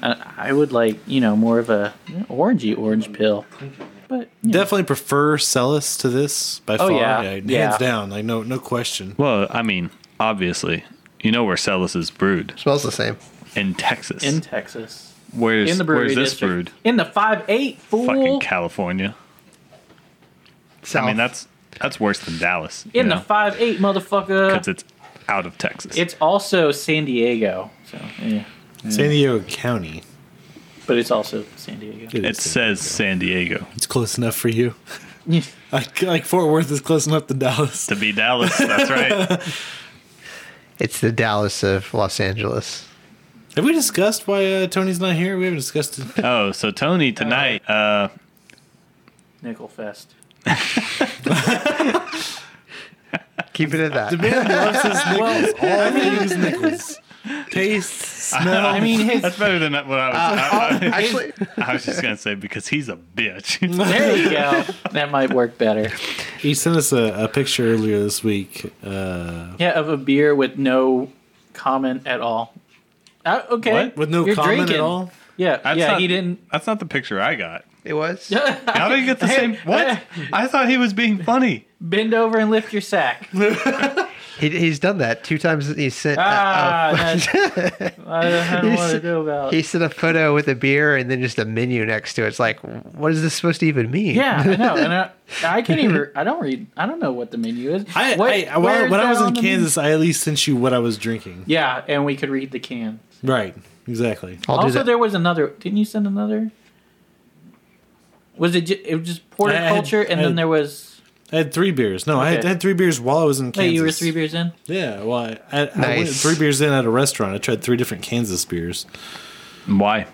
S4: I, I would like you know more of a orangey orange peel, but you know,
S1: Definitely prefer Celis to this by
S4: Oh,
S1: far.
S4: yeah.
S1: hands
S4: Yeah.
S1: down. Like no, no question.
S3: Well, I mean, obviously, you know where Celis is brewed
S5: Smells the same.
S3: in Texas.
S4: in Texas,
S3: where's
S4: in the brewery
S3: where's this
S4: district,
S3: brewed?
S4: in the five eight fool.
S3: Fucking California.
S5: South.
S3: I mean, that's that's worse than Dallas.
S4: in the five eight motherfucker.
S3: because it's out of Texas.
S4: It's also San Diego. So yeah.
S1: San Diego County.
S4: But it's also San
S3: [LAUGHS]
S4: Diego.
S1: It
S3: it
S1: is.
S3: says San Diego
S1: it's close enough for you. [LAUGHS] Like, like Fort Worth is close enough to Dallas. [LAUGHS]
S3: to be Dallas. That's right.
S5: It's the Dallas of Los Angeles.
S1: Have we discussed why uh, Tony's not here? We haven't discussed it.
S4: [LAUGHS]
S3: Oh, so Tony tonight. Uh,
S4: Nickel Fest.
S5: Keep it at that.
S1: Man loves his nickels.
S4: Well,
S1: All things nickels. Taste, smell.
S4: I mean, his,
S3: Oh. that's better than what I was.
S4: Uh,
S3: I,
S5: Actually,
S3: [LAUGHS] I, I was just gonna say because he's a bitch.
S4: [LAUGHS]
S3: [LAUGHS]
S4: there you go. That might work better.
S1: He sent us a, a picture earlier this week. Uh,
S4: Yeah, of a beer with no comment at all. Uh, okay,
S3: What?
S1: with no
S4: You're
S1: comment
S4: drinking.
S1: at all.
S4: Yeah,
S3: That's
S4: yeah,
S3: not-
S4: he didn't.
S3: That's not the picture I got.
S5: it was.
S3: How do you get the same? What? I thought he was being funny.
S4: Bend over and lift your sack.
S5: He, he's done that two times. He sent. uh,
S4: Ah, that's, I don't
S5: He's-
S4: want to know about.
S5: he sent a photo with a beer and then just a menu next to it. It's like, what is this supposed to even mean?
S4: Yeah, I know, and I, I can't even. I don't read. I don't know what the menu is.
S1: I,
S4: What-
S1: I,
S4: where
S1: well,
S4: is
S1: when I
S4: that
S1: was
S4: on
S1: in
S4: the menu?
S1: Kansas, I at least sent you what I was drinking.
S4: Yeah, and we could read the can.
S1: Right. Exactly.
S5: I'll do
S4: also,
S5: that.
S4: there was another. Didn't you send another? Was it? Ju- it was just porter
S1: I had-
S4: culture, and
S1: I
S4: then
S1: had-
S4: there was.
S1: I had three beers. No, I, had,
S4: Okay.
S1: I had three beers while I was in Kansas.
S4: Hey, you were three beers in.
S1: Yeah. Well, I, I, I went
S5: Nice.
S1: three beers in at a restaurant. I tried three different Kansas beers.
S3: Why?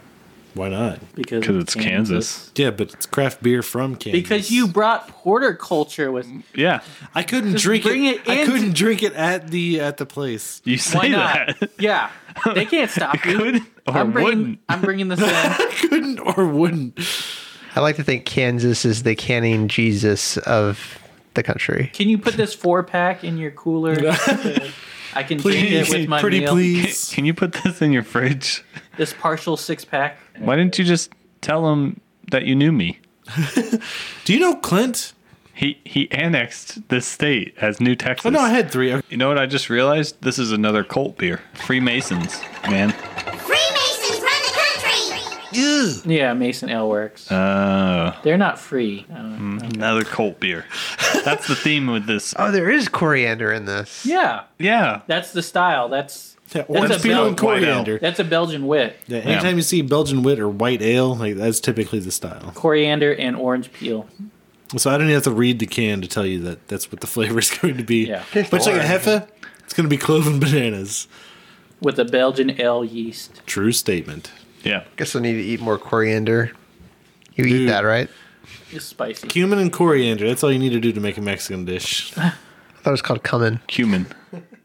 S1: Why not?
S4: Because
S3: 'Cause it's Kansas.
S1: Yeah, but it's craft beer from Kansas.
S4: Because you brought porter culture with.
S3: Yeah,
S1: I couldn't
S4: Just
S1: drink
S4: bring
S1: it.
S4: it
S1: I
S4: in.
S1: couldn't drink it at the at the place.
S3: you
S4: Why
S3: say
S4: not?
S3: that. [LAUGHS]
S4: Yeah, they can't
S1: [LAUGHS]
S4: stop you.
S3: Could or
S4: I'm bringing,
S3: wouldn't?
S4: I'm bringing this in.
S1: Couldn't or wouldn't.
S5: I like to think Kansas is the canning Jesus of the country.
S4: Can you put this four pack in your cooler?
S1: [LAUGHS]
S4: I can drink it
S1: Please,
S4: with my
S1: pretty
S4: meal.
S1: please.
S3: Can you put this in your fridge?
S4: This partial six pack.
S3: Why didn't you just tell him that you knew me?
S1: Do you know Clint?
S3: He he annexed this state as New Texas.
S1: Oh no, I had three.
S3: You know what I just realized? This is another cult beer. Freemasons, man.
S12: Freemasons run the country!
S4: Yeah, Mason Ale works.
S3: Uh,
S4: They're not free. I
S1: Uh.
S4: don't know.
S3: another cult beer. That's the theme with this.
S5: Oh, there is coriander in this.
S4: Yeah,
S3: Yeah.
S4: that's the style. That's
S1: Yeah,
S4: a
S1: Orange peel
S4: Bel-
S1: and coriander.
S4: that's a Belgian wit.
S1: Yeah, anytime you see Belgian wit or white ale, like that's typically the style.
S4: Coriander and orange peel.
S1: So I don't even have to read the can to tell you that that's what the [LAUGHS] flavor is going to be.
S4: Yeah.
S1: Much like a hefe, it's going to be clove and bananas.
S4: with a Belgian ale yeast.
S1: True statement.
S3: Yeah.
S5: Guess I need to eat more coriander. You eat
S1: Dude.
S5: that, right?
S4: It's spicy.
S1: Cumin and coriander. That's all you need to do to make a Mexican dish. [LAUGHS] I
S5: I thought it was called cumin.
S3: Cumin.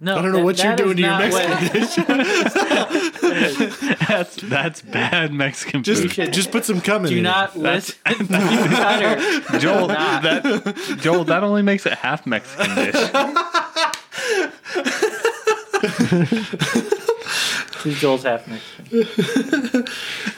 S4: No,
S1: don't know
S4: that-
S1: what you're
S4: that is
S1: doing to your
S4: not
S1: Mexican
S4: what-
S1: dish.
S3: That's that's bad Mexican
S1: Just,
S3: food.
S4: should-
S1: just put some cumin
S4: Do
S1: in
S4: not listen. [LAUGHS] you
S1: [LAUGHS]
S4: better.
S3: Joel,
S4: not. [LAUGHS]
S3: that Joel, that only makes it half Mexican dish.
S4: Who's Joel's half Mexican?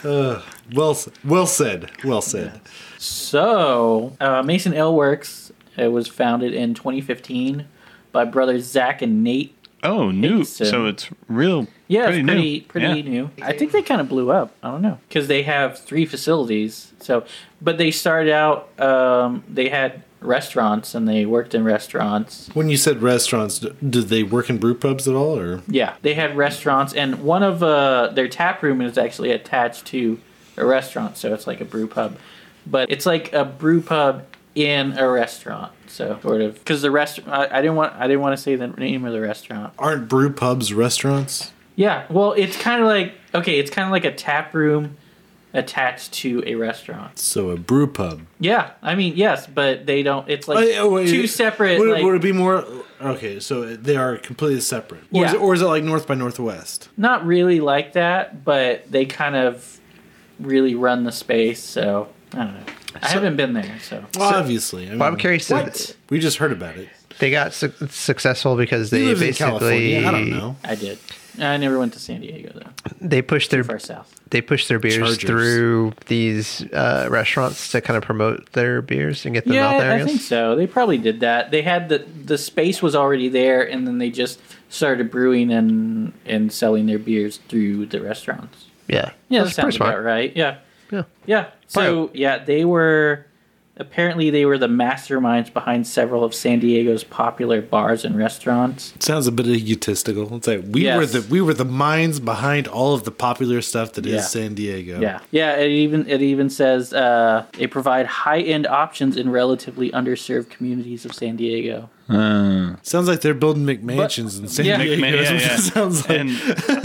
S1: Uh, well, s- well said. Well said.
S4: So, uh, Mason Ale Works it was founded in 2015 by brothers Zach and Nate.
S3: Oh, new.
S4: Hickson.
S3: So it's real.
S4: Yeah,
S3: pretty
S4: it's pretty
S3: new.
S4: pretty
S3: Yeah.
S4: new. I think they kind of blew up. I don't know because they have three facilities. So, but they started out. Um, they had restaurants and they worked in restaurants.
S1: When you said restaurants, d- did they work in brew pubs at all, or
S4: Yeah, they had restaurants, and one of uh, their tap room is actually attached to a restaurant, so it's like a brew pub, but it's like a brew pub in a restaurant. So sort of because the rest, I, I didn't want I didn't want to say the name of the restaurant.
S1: aren't brew pubs restaurants?
S4: Yeah, well, it's kind of like okay, it's kind of like a tap room attached to a restaurant.
S1: So a brew pub.
S4: Yeah, I mean yes, but they don't. It's like
S1: Oh, wait,
S4: two separate.
S1: Would, it-
S4: like,
S1: would it be more? Okay, so they are completely separate. Or, is
S4: Yeah.
S1: it, or is it like North by Northwest?
S4: not really like that, but they kind of really run the space. So I don't know. I haven't been there, so
S1: Well, obviously. I mean,
S5: Bob Carey said-
S1: What? We just heard about it.
S5: They got su- successful because they
S1: lives in
S5: basically
S1: California, I don't know.
S4: I did. I never went to San Diego though.
S5: they pushed their
S4: far south.
S5: they pushed their beers
S4: Chargers.
S5: through these uh, restaurants to kind of promote their beers and get them
S4: yeah,
S5: out there.
S4: I,
S5: guess.
S4: think so. They probably did that. They had the the space was already there, and then they just started brewing and and selling their beers through the restaurants.
S5: Yeah,
S4: Yeah, that
S5: That's
S4: sounds
S5: pretty smart.
S4: about right. Yeah.
S5: Yeah.
S4: Yeah. So yeah, they were apparently they were the masterminds behind several of San Diego's popular bars and restaurants.
S1: It sounds a bit egotistical. It's like we
S4: Yes.
S1: were the we were the minds behind all of the popular stuff that
S4: [LAUGHS]
S1: is
S4: Yeah.
S1: San Diego.
S4: Yeah. Yeah, it even it even says uh, they provide high end options in relatively underserved communities of San Diego.
S1: sounds like they're building McMansions in San
S4: Yeah.
S1: Diego. [LAUGHS]
S3: Man,
S1: is
S3: yeah,
S1: what
S3: yeah.
S1: it sounds like.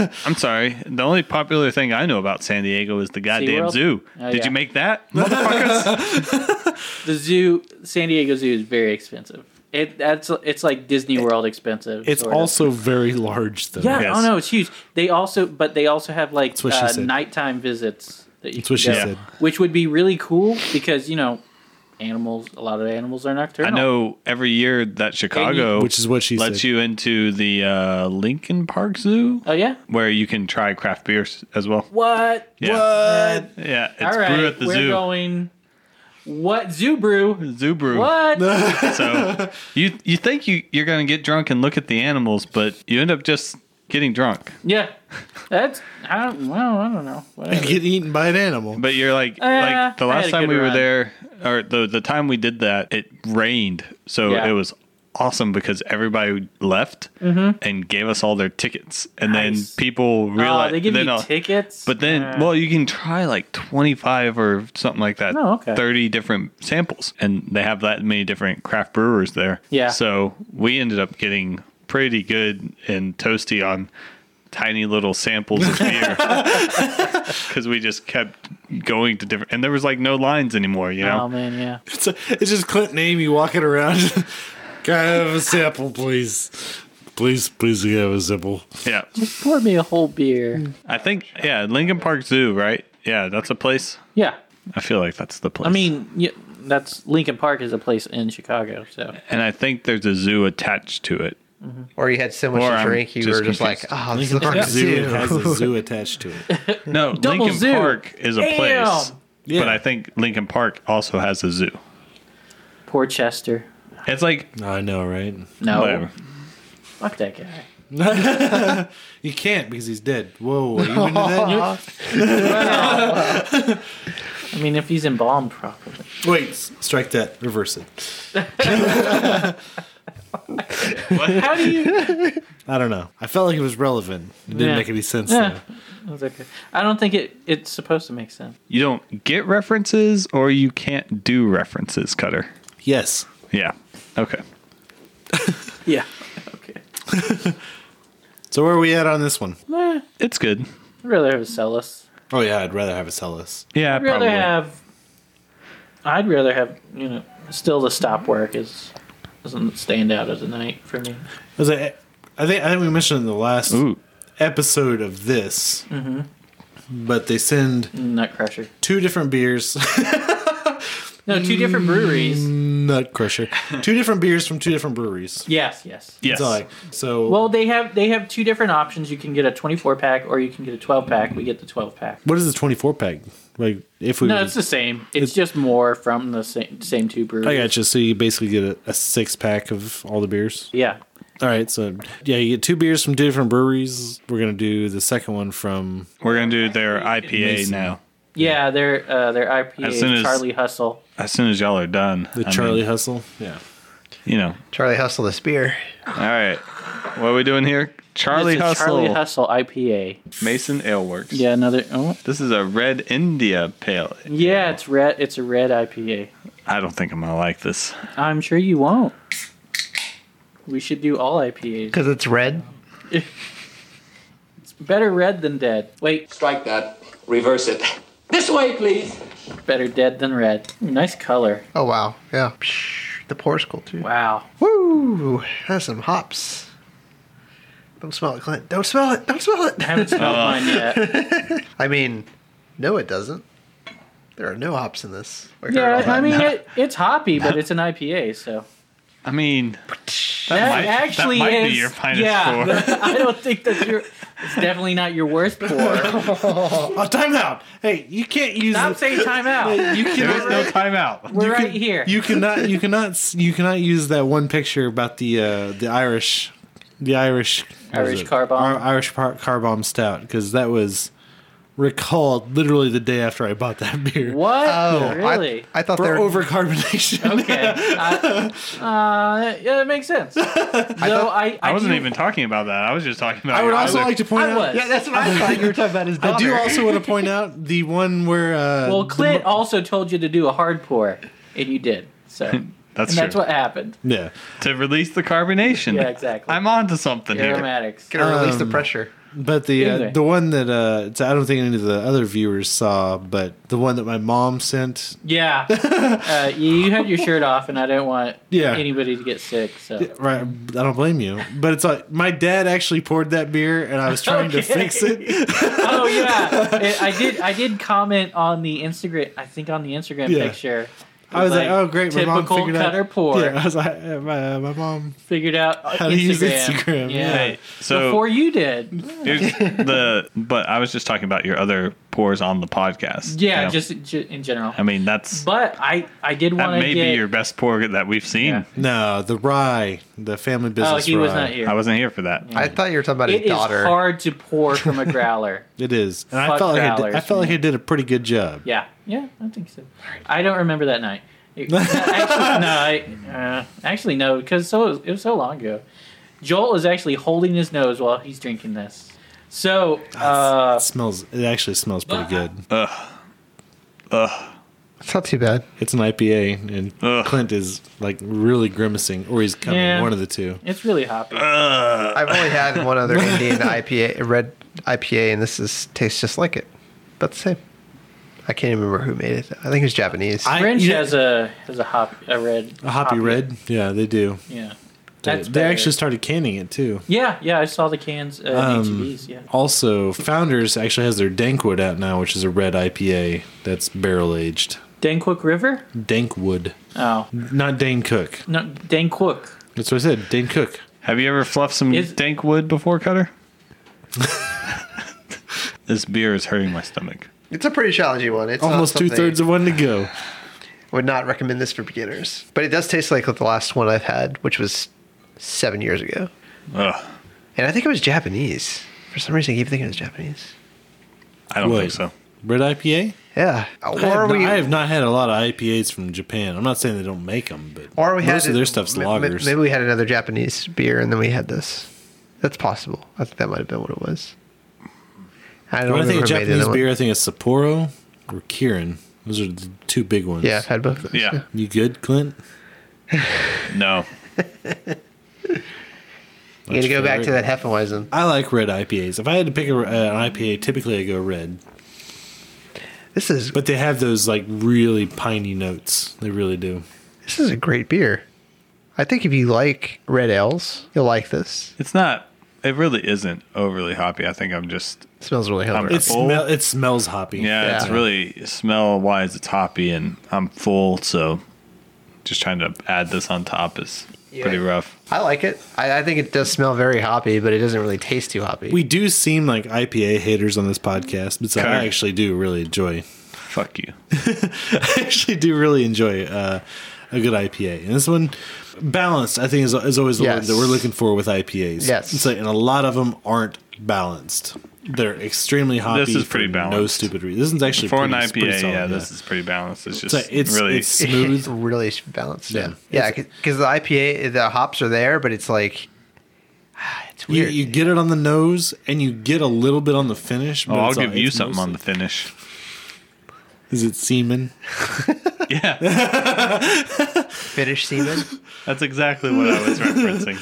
S1: [LAUGHS]
S3: And I'm sorry. The only popular thing I know about San Diego is the goddamn
S4: SeaWorld?
S3: zoo.
S4: Oh,
S3: Did
S4: yeah.
S3: you make that,
S1: [LAUGHS]
S3: motherfuckers?
S4: The zoo, San Diego Zoo, is very expensive. It that's it's like Disney World expensive.
S1: it's
S4: sort of.
S1: also very large, though.
S4: yeah. Oh no, it's huge. They also but they also have like
S1: what she
S4: uh,
S1: said.
S4: nighttime visits. That you
S1: That's what
S4: can
S1: she
S4: go,
S1: said.
S4: Which would be really cool because you know animals. A lot of animals are
S3: I
S4: nocturnal.
S3: know every year that Chicago,
S1: Which is what she
S3: lets
S1: said.
S3: you into the uh, Lincoln Park Zoo,
S4: Oh yeah.
S3: where you can try craft beers as well.
S4: What?
S3: Yeah.
S4: What?
S3: Yeah, it's
S4: All right,
S3: brew at the
S4: we're
S3: zoo.
S4: going. What zoo brew?
S3: Zoo brew.
S4: What?
S3: So you you think you you're gonna get drunk and look at the animals, but you end up just getting drunk.
S4: yeah, that's I don't. Well, I don't know. Whatever.
S1: Get eaten by an animal.
S3: But you're like like the
S4: Uh, I had
S3: last
S4: a
S3: time
S4: good
S3: we were
S4: run.
S3: there, or the the time we did that, it rained, so
S4: Yeah.
S3: it was awesome because everybody left and gave us all their tickets, and
S4: Mm-hmm. Nice.
S3: then people realized
S4: oh, they give
S3: then
S4: you
S3: all-
S4: tickets.
S3: But then,
S4: Uh,
S3: well, you can try like 25 or something like that.
S4: Oh, okay.
S3: 30 different samples. And they have that many different craft brewers there.
S4: Yeah.
S3: So we ended up getting pretty good and toasty on tiny little samples of
S4: [LAUGHS]
S3: beer [LAUGHS] because we just kept going to different and there was like no lines anymore you know
S4: oh man, yeah.
S1: It's, it's just Clint and Amy walking around. [LAUGHS] Can I have a sample, please? Please, please have a sample.
S3: yeah
S4: Pour me a whole
S1: Mm.
S4: beer.
S3: i think yeah lincoln park zoo right yeah that's a place
S4: Yeah,
S3: i feel like that's the place
S4: I mean, yeah, that's Lincoln Park is a place in Chicago. So
S3: and i think there's a zoo attached to it
S5: Or you had so much
S3: Or
S5: to
S3: I'm
S5: drink, you
S3: just
S5: were just
S3: confused.
S5: like, oh, this
S1: Lincoln Park
S5: looks
S1: Zoo
S5: zoo.
S1: has a zoo attached to it.
S3: No,
S4: Double
S3: Lincoln
S4: zoo.
S3: Park is a
S4: Damn.
S3: place.
S1: Yeah.
S3: But I think Lincoln Park also has a zoo.
S4: poor Chester.
S3: It's like oh,
S1: I know, right?
S4: No,
S3: whatever.
S4: fuck that guy.
S1: You can't because he's dead. Whoa, are you into that?
S4: I mean, if he's embalmed properly.
S1: [LAUGHS] Wait, s- strike that. Reverse it.
S4: How do
S1: [LAUGHS]
S4: you?
S1: I don't know. I felt like it was relevant. It didn't
S4: Yeah.
S1: make any sense
S4: Yeah.
S1: though.
S4: That's okay. I don't think it it's supposed to make sense.
S3: You don't get references or you can't do references, Cutter.
S1: Yes.
S3: Yeah. Okay.
S4: Yeah. Okay.
S1: So where are we at on this one?
S4: Eh,
S3: It's good.
S4: I'd rather have a Cellus.
S1: Oh yeah, I'd rather have a Cellus.
S3: Yeah,
S4: I'd rather
S3: probably.
S4: have. I'd rather have you know. Still, the stop work is doesn't stand out as a night for me.
S1: Was it- I think I think we mentioned in the last
S3: Ooh.
S1: episode of this. But they send
S4: Nutcrusher.
S1: [LAUGHS] two different beers.
S4: No, two different breweries.
S1: Nut Crusher. two different beers from two different breweries.
S4: Yes, yes.
S1: Yes. That's all I- so
S4: Well, they have they have two different options. You can get a 24 pack or you can get a 12 pack. We get the 12 pack.
S1: what is the 24 pack? Like if we
S4: no,
S1: were-
S4: it's the same. It's, just more from the same same two breweries.
S1: I gotcha. So you basically get a, a six pack of all the beers.
S4: Yeah.
S1: All right. So yeah, you get two beers from two different breweries. We're gonna do the second one from.
S3: We're gonna do their IPA now.
S4: Yeah, their uh, their IPA
S3: As soon as-
S4: Charlie Hustle.
S3: As soon as y'all are done,
S1: The Charlie Hustle. Yeah.
S3: You know.
S5: Charlie Hustle this beer.
S3: All right. What are we doing here? Charlie
S4: It's a
S3: Hustle.
S4: Charlie Hustle IPA.
S3: Mason Ale Works.
S4: Yeah, another. Oh.
S3: This is a Red India Pale. Ale.
S4: Yeah, it's red. It's a red IPA.
S3: I don't think I'm gonna like this.
S4: I'm sure you won't. We should do all IPAs.
S5: Because it's red.
S4: It's better red than dead. Wait. Strike that. Reverse it. This way, please. Better dead than red. Ooh, Nice color.
S5: Oh wow, yeah. Psh, The pours cool too.
S4: Wow.
S5: Woo! That's some hops. Don't smell it, Clint. Don't smell it. Don't smell it. I
S4: haven't smelled Oh. mine
S5: yet. [LAUGHS] I mean, no, it doesn't. There are no hops in this. We heard all
S4: Yeah,
S5: that.
S4: I mean it, it's hoppy, but it's an IPA, so
S3: I mean,
S4: that,
S3: might- that
S4: actually
S3: might be
S4: is-
S3: your finest
S4: yeah,
S3: pour.
S4: [LAUGHS] I don't think that's your. It's definitely not your worst pour.
S1: oh, time out. Hey, you can't use.
S4: Stop
S1: the-
S4: saying time out.
S1: You can-
S3: There is no timeout.
S4: We're
S1: You
S4: right
S1: can-
S4: here.
S1: You cannot. You cannot. s- You cannot use that one picture about the uh, the Irish, the Irish what was
S4: Irish
S1: it?
S4: car bomb?
S1: Ar- Irish par- car bomb stout because that was recalled literally the day after I bought that [LAUGHS] beer.
S4: What?
S5: Oh,
S4: really?
S5: I, I thought [LAUGHS]
S1: for
S5: they were.
S1: over carbonation.
S4: Okay. I- uh, yeah, that makes sense. Though I, I,
S3: I, wasn't
S4: do-
S3: even talking about that. I was just talking about.
S1: [LAUGHS] I would
S3: your
S1: also
S3: other-
S1: like to point
S4: I
S1: out.
S4: was. Yeah, that's
S5: what I thought you were talking about his
S1: I do also want to point out the one where. Uh,
S4: Well,
S1: the
S4: Clint
S1: mo-
S4: also told you to do a hard pour, and you did. So
S3: That's
S4: and that's
S3: true.
S4: what happened.
S1: yeah.
S3: To release the carbonation. [LAUGHS]
S4: Yeah, exactly.
S3: I'm on to something here.
S4: Aromatics.
S5: Gonna release the
S1: Um,
S5: pressure.
S1: But the
S4: Didn't
S1: uh,
S4: they?
S1: the one that uh, it's- I don't think any of the other viewers saw, but the one that my mom sent.
S4: Yeah, uh, you had your shirt off, and I didn't want
S1: Yeah.
S4: anybody to get sick. So
S1: Right, I don't blame you, but it's like my dad actually poured that beer, and I was trying to
S4: Okay.
S1: fix it. [LAUGHS]
S4: oh yeah, It- I did. I did comment on the Instagram. I think on the Instagram
S1: Yeah.
S4: picture.
S1: I was like, "Oh, great!" My mom
S4: Typical
S1: figured out.
S4: cutter pour.
S1: Yeah, I was like, uh, "My, uh, my mom."
S4: Figured out
S1: How to use Instagram,
S4: Yeah.
S3: Hey, so
S4: Before you did.
S3: here's
S4: [LAUGHS]
S3: the. But I was just talking about your other pours on the podcast.
S4: Yeah,
S3: you know?
S4: just ju- in general.
S3: I mean, that's
S4: But I, I did
S3: that
S4: want to
S3: may
S4: get.
S3: be your best pour that we've seen.
S1: No, the rye, the family business.
S4: Oh, he was
S1: rye.
S4: not here.
S3: I wasn't here for that.
S5: I thought you were talking about
S4: It
S5: his
S4: is
S5: daughter.
S4: hard to pour
S3: [LAUGHS]
S4: from a growler.
S1: It is, and I
S4: Fuck
S1: felt like I, did,
S4: growlers,
S1: I felt like
S4: man.
S1: I did a pretty good job.
S4: Yeah, yeah, I think so. I don't remember that night. [LAUGHS] It- actually, no, I, uh, actually no, because so it was, it was so long ago. Joel is actually holding his nose while he's drinking this. So uh,
S1: it smells. It actually smells pretty good.
S3: Ugh. Ugh.
S5: It's not too bad.
S1: It's an IPA, and
S3: Ugh.
S1: Clint is like really grimacing, or he's coming.
S4: Yeah.
S1: One of the two.
S4: it's really hoppy.
S5: I've only had one [LAUGHS] other Indian IPA, red IPA, and this is tastes just like it. About the same. I can't even remember who made it. I think it was Japanese.
S1: I-
S4: French
S1: you know-
S4: has a has a hop a red
S1: A hoppy, red. Yeah, they do.
S4: Yeah,
S1: They,
S4: That's
S1: they
S4: better.
S1: actually started canning it too.
S4: yeah, yeah. I saw the cans uh,
S1: Um,
S4: ATVs. Yeah,
S1: Also, Founders actually has their Dankwood out now, which is a red IPA that's barrel aged.
S4: Dankook River.
S1: Dankwood,
S4: Oh
S1: not Dane Cook.
S4: no, Dankook.
S1: That's what I said. Dane Cook.
S3: Have you ever fluffed some
S4: Is-
S3: dank wood before,
S4: [LAUGHS]
S3: Cutter? this beer is hurting my stomach.
S5: it's a pretty challenging one. It's not
S1: Almost two
S5: something-
S1: thirds of one to go.
S5: Would not recommend this for beginners. But it does taste like the last one I've had, which was seven years ago.
S3: Ugh.
S5: And I think it was Japanese. For some reason, I keep thinking it was Japanese.
S3: I don't
S1: What?
S3: think so.
S1: Red IPA.
S5: Yeah.
S1: I
S5: Or
S1: have,
S5: we,
S1: not, I have not had a lot of IPAs from Japan. I'm not saying they don't make them, but
S5: or we
S1: most
S5: had
S1: of their
S5: it-
S1: stuff's
S5: ma- ma-
S1: lagers.
S5: Maybe we had another Japanese beer and then we had this. That's possible. I think that might have been what it was. I don't
S1: when I think
S5: remember
S1: of
S5: who made the
S1: Japanese
S5: other one.
S1: beer, I think it's Sapporo or Kirin. Those are the two big ones.
S5: Yeah, I've had both of those.
S1: [LAUGHS]
S3: Yeah.
S1: You good, Clint?
S3: No.
S5: You gotta go back to
S1: That's
S5: that Heffenweizen.
S1: I like red IPAs. If I had to pick a, uh, an IPA, typically I go red.
S5: This is
S1: But they have those like really piney notes. They really do.
S5: this is a great beer. I think if you like red ales, you'll like this.
S3: It's not It really isn't overly hoppy. I think I'm just
S5: It smells really
S3: I'm
S5: hot.
S1: It,
S3: full.
S1: smell, it smells hoppy.
S3: yeah, It's really smell wise. It's hoppy, and I'm full, so just trying to add this on top is pretty rough.
S5: I like it. I, I think it does smell very hoppy, but it doesn't really taste too hoppy.
S1: We do seem like IPA haters on this podcast, but so I
S5: Correct.
S1: actually do really enjoy. [LAUGHS]
S3: Fuck you.
S1: I actually do really enjoy uh, a good IPA, and this one balanced. I think is, is always the
S5: Yes.
S1: word that we're looking for with IPAs.
S5: Yes.
S1: it's like, and a lot of them aren't balanced. They're extremely hoppy.
S3: This is
S1: for
S3: pretty
S1: No
S3: balanced.
S1: stupid reason. This is actually
S3: For an
S1: pretty,
S3: IPA,
S1: pretty solid,
S3: yeah, this is pretty balanced. It's just
S1: like, it's-
S3: really [LAUGHS]
S1: it's smooth.
S5: really balanced.
S1: Yeah.
S5: Yeah, yeah, because the IPA, the hops are there, but it's like [SIGHS] it's
S1: You,
S5: weird.
S1: you get it on the nose, and you get a little bit on the finish.
S3: Oh,
S1: but
S3: I'll
S1: it's all-
S3: give you
S1: it's
S3: something on the
S1: mostly- [LAUGHS]
S3: finish.
S1: Is it semen?
S3: [LAUGHS]
S5: Finish semen.
S3: That's exactly what
S1: [LAUGHS]
S3: I was referencing.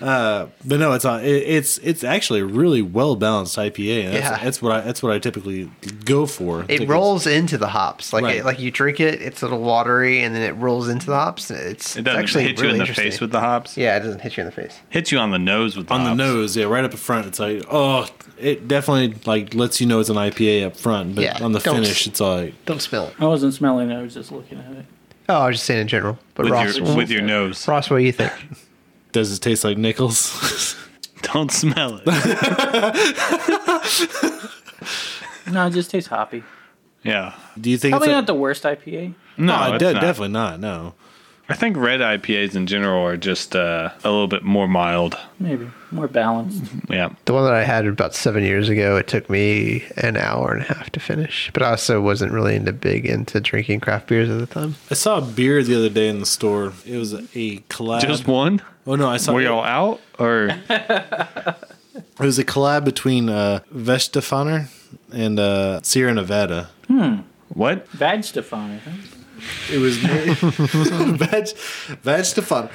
S1: Uh, but no, it's on. It, it's it's actually a really well balanced IPA. And that's,
S5: Yeah.
S1: that's what I that's what I typically go for.
S5: It rolls into the hops, like
S1: Right.
S5: it, like you drink it, it's a little watery, and then it rolls into the hops. It's,
S3: It
S5: it's
S3: doesn't
S5: actually
S3: hit you
S5: really
S3: in the
S5: interesting.
S3: face with the hops.
S5: yeah, it doesn't hit you in the face.
S3: Hits you on the nose with the
S1: on the
S3: hops.
S1: nose, yeah, right up front. It's like oh, it definitely like lets you know it's an IPA up front, but
S5: Yeah,
S1: on the
S5: don't-
S1: finish, it's all like
S5: Don't spill it.
S4: I wasn't smelling it. I was just looking at it.
S5: Oh, I was just saying in general. But
S3: With
S5: Ross,
S3: your-
S5: what-
S3: with your nose.
S5: Ross, what do you think?
S1: does it taste like nickels?
S3: [LAUGHS]
S1: [LAUGHS]
S3: Don't smell it.
S4: No, it just tastes hoppy.
S3: yeah.
S1: Do you think
S4: Probably
S1: it's
S4: not the worst IPA.
S3: No,
S1: de-
S3: it's not.
S1: definitely not. No,
S3: I think red IPAs in general are just uh, a little bit more mild.
S4: Maybe more balanced.
S3: Yeah.
S5: The one that I had about seven years ago, it took me an hour and a half to finish. But I also wasn't really into big into drinking craft beers at the time.
S1: I saw a beer the other day in the store. It was a collab.
S3: Just one?
S1: Oh no, I saw.
S3: Were y'all out
S1: [LAUGHS]
S3: or
S1: It was a collab between uh, Vestafaner and uh, Sierra Nevada.
S3: what?
S4: Bad stuff on it. huh?
S1: It
S3: [LAUGHS]
S1: was [LAUGHS] Vag, Vag Stefan.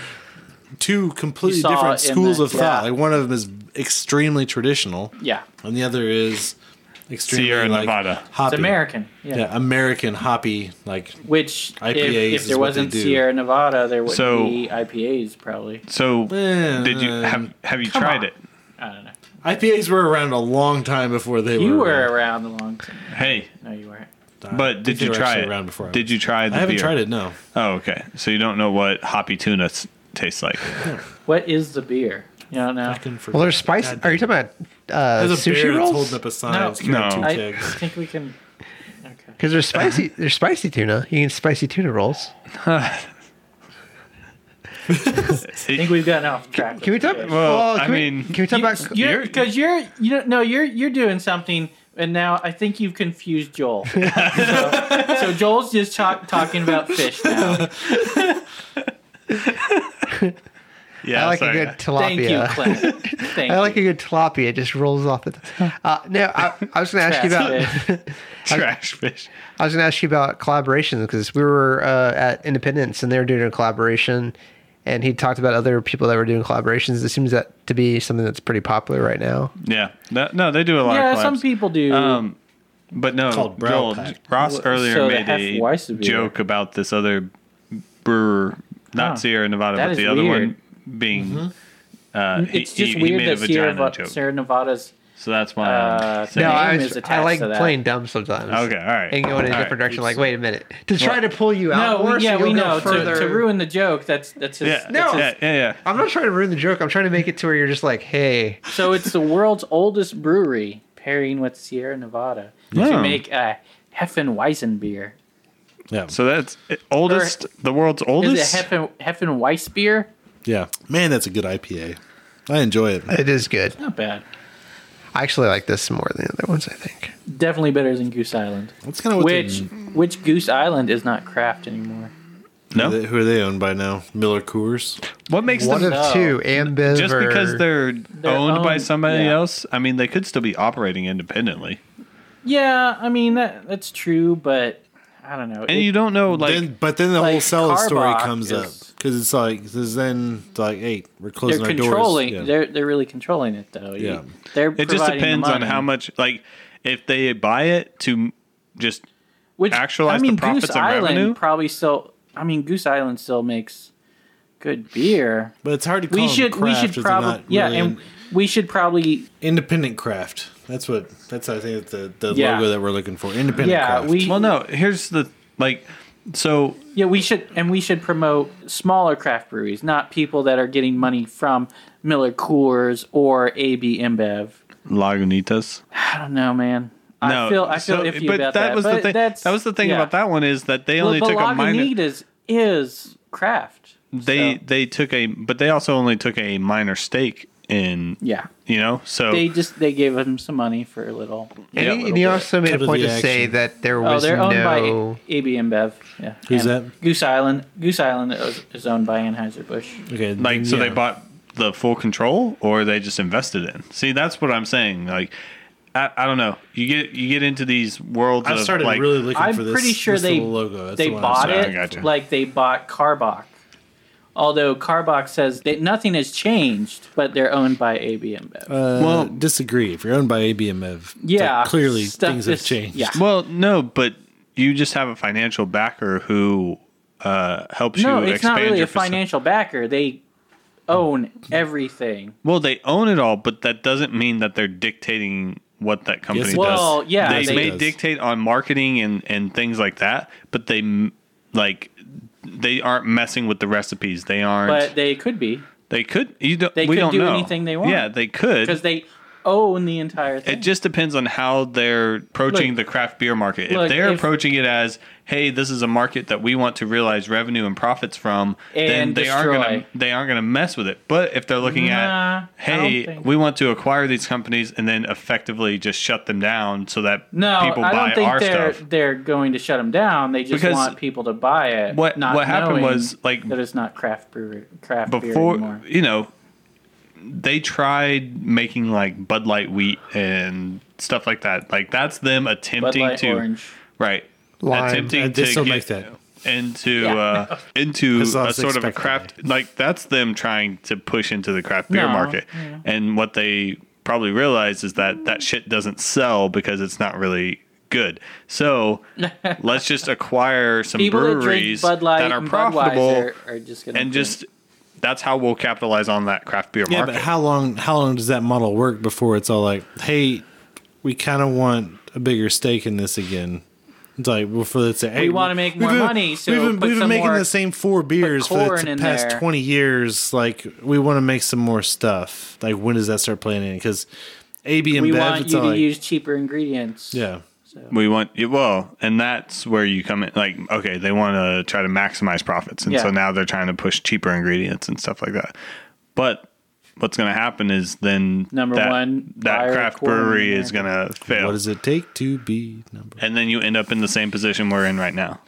S1: Two completely
S4: You saw
S1: different
S4: it in
S1: schools
S4: the-
S1: of thought.
S4: yeah.
S1: Like one of them is extremely traditional,
S4: Yeah.
S1: and the other is extremely
S3: Sierra
S1: like,
S3: Nevada.
S1: hoppy.
S4: It's American.
S1: Yeah.
S4: Yeah.
S1: American hoppy. Like
S4: Which, if-
S1: IPAs
S4: if,
S1: is
S4: there
S1: what they
S4: wasn't
S1: do.
S4: Sierra Nevada, there would
S3: So-
S4: be IPAs probably.
S3: So
S1: Eh,
S3: did you have have you
S4: come
S3: tried
S4: on.
S3: it?
S4: I don't know.
S1: IPAs were around a long time before they
S4: You
S1: were.
S4: were
S1: around.
S4: around a long time.
S3: Hey,
S4: No, you weren't.
S1: I
S3: but
S1: think
S3: did
S1: they
S3: you
S1: were
S3: try
S1: actually
S3: it?
S1: around before I
S3: Did you try the
S1: I haven't
S3: beer?
S1: tried it. No,
S3: Oh, okay. So you don't know what hoppy tuna s- tastes
S1: [LAUGHS]
S3: like.
S4: What is the beer? You don't know.
S1: Fucking forget.
S5: Well, there's spice.
S1: God
S5: Are you talking about uh,
S1: There's a beer
S5: sushi
S1: that's
S5: rolls?
S1: holding up a sign.
S4: No.
S1: It's got two
S3: No.
S4: I [LAUGHS]
S1: kegs.
S4: think we can.
S5: Because there's [LAUGHS] spicy. there's spicy tuna. You can spicy tuna rolls.
S4: I think we've gotten off track.
S5: Can we
S4: with
S5: talk?
S4: the beer.
S3: Well,
S5: well,
S3: I
S5: can
S3: mean-
S5: we, can we talk about?
S4: You're because you're you don't no you're you're doing something and now I think you've confused Joel.
S1: [LAUGHS]
S4: so, so Joel's just talk, talking about fish
S1: [LAUGHS]
S4: now.
S3: Yeah,
S5: I like
S3: sorry.
S5: a good
S4: Thank you,
S5: tilapia.
S4: Clint.
S1: [LAUGHS]
S4: Thank
S5: [LAUGHS] I like a
S4: you.
S5: good tilapia. It just rolls off the. Uh, no, I, I was going to ask you
S4: Trash
S5: about.
S3: [LAUGHS] trash fish.
S5: I was going to ask you about collaborations because we were uh, at Independence and they were doing a collaboration, and he talked about other people that were doing collaborations. It seems that to be something that's pretty popular right now.
S3: Yeah. No, no, they do a lot
S4: yeah,
S3: of collabs.
S4: some people do.
S3: Um, but no,
S1: Called Brow
S3: Joel,
S1: Pack.
S3: Ross
S4: Well,
S3: earlier
S4: so
S3: made
S4: the
S3: a
S4: Hefeweizen beer.
S3: joke about this other brewer, not
S4: Huh.
S3: Sierra Nevada,
S4: That
S3: but
S4: is
S3: the other
S4: weird.
S3: one being.
S1: Mm-hmm.
S3: Uh, he,
S4: it's just
S3: he- he
S4: weird
S3: made a
S4: that Sierra,
S3: vagina
S4: Va-
S3: joke,
S4: Sierra Nevada's
S3: so that's why.
S4: uh,
S3: I'm saying-
S4: name
S5: no, I,
S4: is
S5: was,
S4: attached
S5: I like
S4: to that.
S5: playing dumb sometimes.
S3: Okay, all right.
S5: And going in a
S3: All
S5: different
S3: right.
S5: direction, like, wait a minute, to try to pull you out.
S4: No,
S5: worse,
S4: yeah,
S5: you'll
S4: we
S5: go
S4: know to,
S5: further.
S4: to ruin the joke. That's that's his.
S3: yeah,
S5: No.
S3: yeah, yeah, yeah.
S5: I'm not trying to ruin the joke. I'm trying to make it to where you're just like, hey,
S4: So it's the world's oldest brewery pairing with Sierra Nevada
S3: Yeah.
S4: to make a Heffenweizen beer.
S1: Yeah,
S3: So that's it- oldest, the world's
S4: Is
S3: oldest.
S4: it Heffen Heffenweiss beer?
S1: yeah. Man, that's a good IPA. I enjoy it.
S5: it is good.
S4: Not bad.
S5: I actually like this more than the other ones. I think.
S4: Definitely better than Goose Island.
S1: That's kind of what they-
S4: Which which Goose Island is not craft anymore.
S1: Who
S3: no,
S1: they- Who are they owned by now? Miller Coors.
S3: what makes
S5: One
S3: them
S4: No.
S5: of two, Ambiv.
S3: just because
S5: or-
S3: they're, owned, by
S4: owned,
S3: somebody
S4: yeah.
S3: else? I mean, they could still be operating independently,
S4: Yeah, I mean that that's true, but I don't know.
S3: and
S4: It-
S3: you don't know like
S1: then, but then the
S4: like
S1: whole Sellers story
S4: Carbach
S1: comes
S4: is-
S1: up because it's like because then it's like hey we're
S4: they're
S1: closing our
S4: controlling.
S1: doors. Yeah.
S4: They're they're really controlling it though. You-
S1: Yeah.
S4: they're.
S3: It just
S4: providing the
S3: depends on
S4: money.
S3: how much, like, if they buy it to just
S4: Which
S3: actualize the profits
S4: Goose
S3: and
S4: Island
S3: revenue?
S4: Probably still. I mean, Goose Island still makes Good beer.
S1: But it's hard to call
S4: we
S1: them
S4: should we
S1: craft
S4: should
S1: if they're
S4: probably
S1: not
S4: yeah,
S1: really
S4: and we should probably
S1: independent craft. That's what that's I think the the
S4: Yeah.
S1: logo that we're looking for. Independent
S4: yeah
S1: craft.
S4: we
S3: well, no. Here's the like. So
S4: yeah, we should and we should promote smaller craft breweries, not people that are getting money from Miller Coors or AB InBev.
S3: Lagunitas.
S4: I don't know, man. I feel I feel
S3: so-
S4: iffy
S3: but
S4: about
S3: that
S4: that.
S3: was the
S4: but
S3: thing.
S4: That's,
S3: That was the thing
S4: yeah.
S3: about that one is that they only
S4: well,
S3: took
S4: but
S3: a minor.
S4: Lagunitas is craft.
S3: They they took a, but they also only took a minor stake in.
S4: Yeah.
S3: You know, so
S1: Oh.
S4: They just they gave them some money for a little.
S5: And
S4: a
S5: he-
S4: little
S5: and he
S4: bit.
S5: also made a point to say that there
S4: oh,
S5: was
S4: they're owned
S5: no.
S4: by AB InBev. Yeah.
S5: Who's
S4: that? Goose Island. Goose Island is- is owned by Anheuser Busch.
S1: Okay,
S3: like so they bought the full control or they just invested in. See, that's what I'm saying. Like. I, I don't know. You get you get into these worlds.
S1: I
S3: of,
S1: started
S3: like,
S1: really looking
S4: I'm
S1: for this-
S4: pretty sure
S1: this
S4: they
S1: little logo. That's
S4: they
S1: the one I
S4: bought
S1: saw.
S4: it
S1: I gotcha.
S4: like they bought Carbach. Although Carbach says that nothing has changed, but they're owned by AB InBev.
S1: Uh,
S3: Well-
S1: well, disagree. If you're owned by ABM, Ev,
S4: Yeah,
S1: like, clearly
S4: stuff
S1: things
S4: is-
S1: have changed.
S4: yeah.
S3: Well, no, but you just have a financial backer who uh, helps
S4: No,
S3: you
S4: it's
S3: expand
S4: not really
S3: your
S4: a
S3: faci-
S4: financial backer. They own everything.
S3: Well, they own it all, but that doesn't mean that they're dictating what that company
S4: it does.
S3: does.
S4: Well, yeah,
S3: they,
S4: they-
S3: may
S4: It does.
S3: dictate on marketing and and things like that, but they m- like they aren't messing with the recipes. They aren't.
S4: But they could be
S3: they could. You don't.
S4: they
S3: we
S4: could
S3: don't
S4: do
S3: know.
S4: anything they want.
S3: Yeah, they could.
S4: because they own the entire
S3: It
S4: thing.
S3: just depends on how they're approaching
S4: Look-
S3: the craft beer market.
S4: look,
S3: if they're
S4: if-
S3: approaching it as, "Hey, this is a market that we want to realize revenue and profits from," then
S4: And
S3: they aren't going
S4: destroy.
S3: to they aren't going to mess with it. But if they're looking
S4: Nah,
S3: at,
S4: I don't
S3: "Hey,
S4: think-
S3: we want to acquire these companies and then effectively just shut them down so that
S4: no,
S3: people
S4: I
S3: buy
S4: don't think
S3: our
S4: they're
S3: stuff."
S4: they're going to shut them down. They just
S3: Because
S4: want people to buy it.
S3: what-
S4: not
S3: what happened
S4: knowing
S3: was, like,
S4: that it's not craft brewer craft beer
S3: Before
S4: anymore.
S3: you know, they tried making like Bud Light wheat and stuff like that. Like that's them attempting
S4: Light
S3: to
S4: orange.
S3: right
S1: Lime.
S3: attempting
S1: I
S3: to
S1: just
S3: get
S1: don't like that.
S3: into
S1: Yeah.
S4: [LAUGHS]
S3: uh, into a
S1: That's what I was
S3: sort of a
S1: expecting.
S3: craft like that's them trying to push into the craft beer
S1: No,
S3: market. And what they probably realize is that that shit doesn't sell because it's not really good.
S4: [LAUGHS]
S3: So let's just acquire some
S4: People that drink
S3: breweries that,
S4: Bud Light
S3: are
S4: and
S3: profitable
S4: Budweiser are just gonna
S3: and
S4: drink-
S3: just that's how we'll capitalize on that craft beer
S1: Yeah,
S3: market.
S1: but how long how long does that model work before it's all like, hey, we kind of want a bigger stake in this again? It's like well, for let's say hey,
S4: we want to make
S1: we've
S4: more
S1: been-
S4: money, so
S1: we've been,
S4: put
S1: we've been
S4: some
S1: making
S4: more
S1: the same four beers for
S4: corn
S1: the
S4: in
S1: past
S4: there.
S1: twenty years. Like we want to make some more stuff. Like when does that start playing in? Because AB and
S4: we
S1: Bev,
S4: want
S1: it's
S4: you
S1: all
S4: to
S1: like,
S4: use cheaper ingredients.
S1: yeah.
S3: We want you well, and that's where you come in. Like, okay, they want to try to maximize profits, and so
S4: Yeah.
S3: now they're trying to push cheaper ingredients and stuff like that. But what's going to happen is then
S4: Number
S3: that,
S4: one, buyer
S3: that craft
S4: corner
S3: brewery
S4: in
S3: is going to fail,
S1: What does it take to be number?
S3: and then you end up in the same position we're in right now.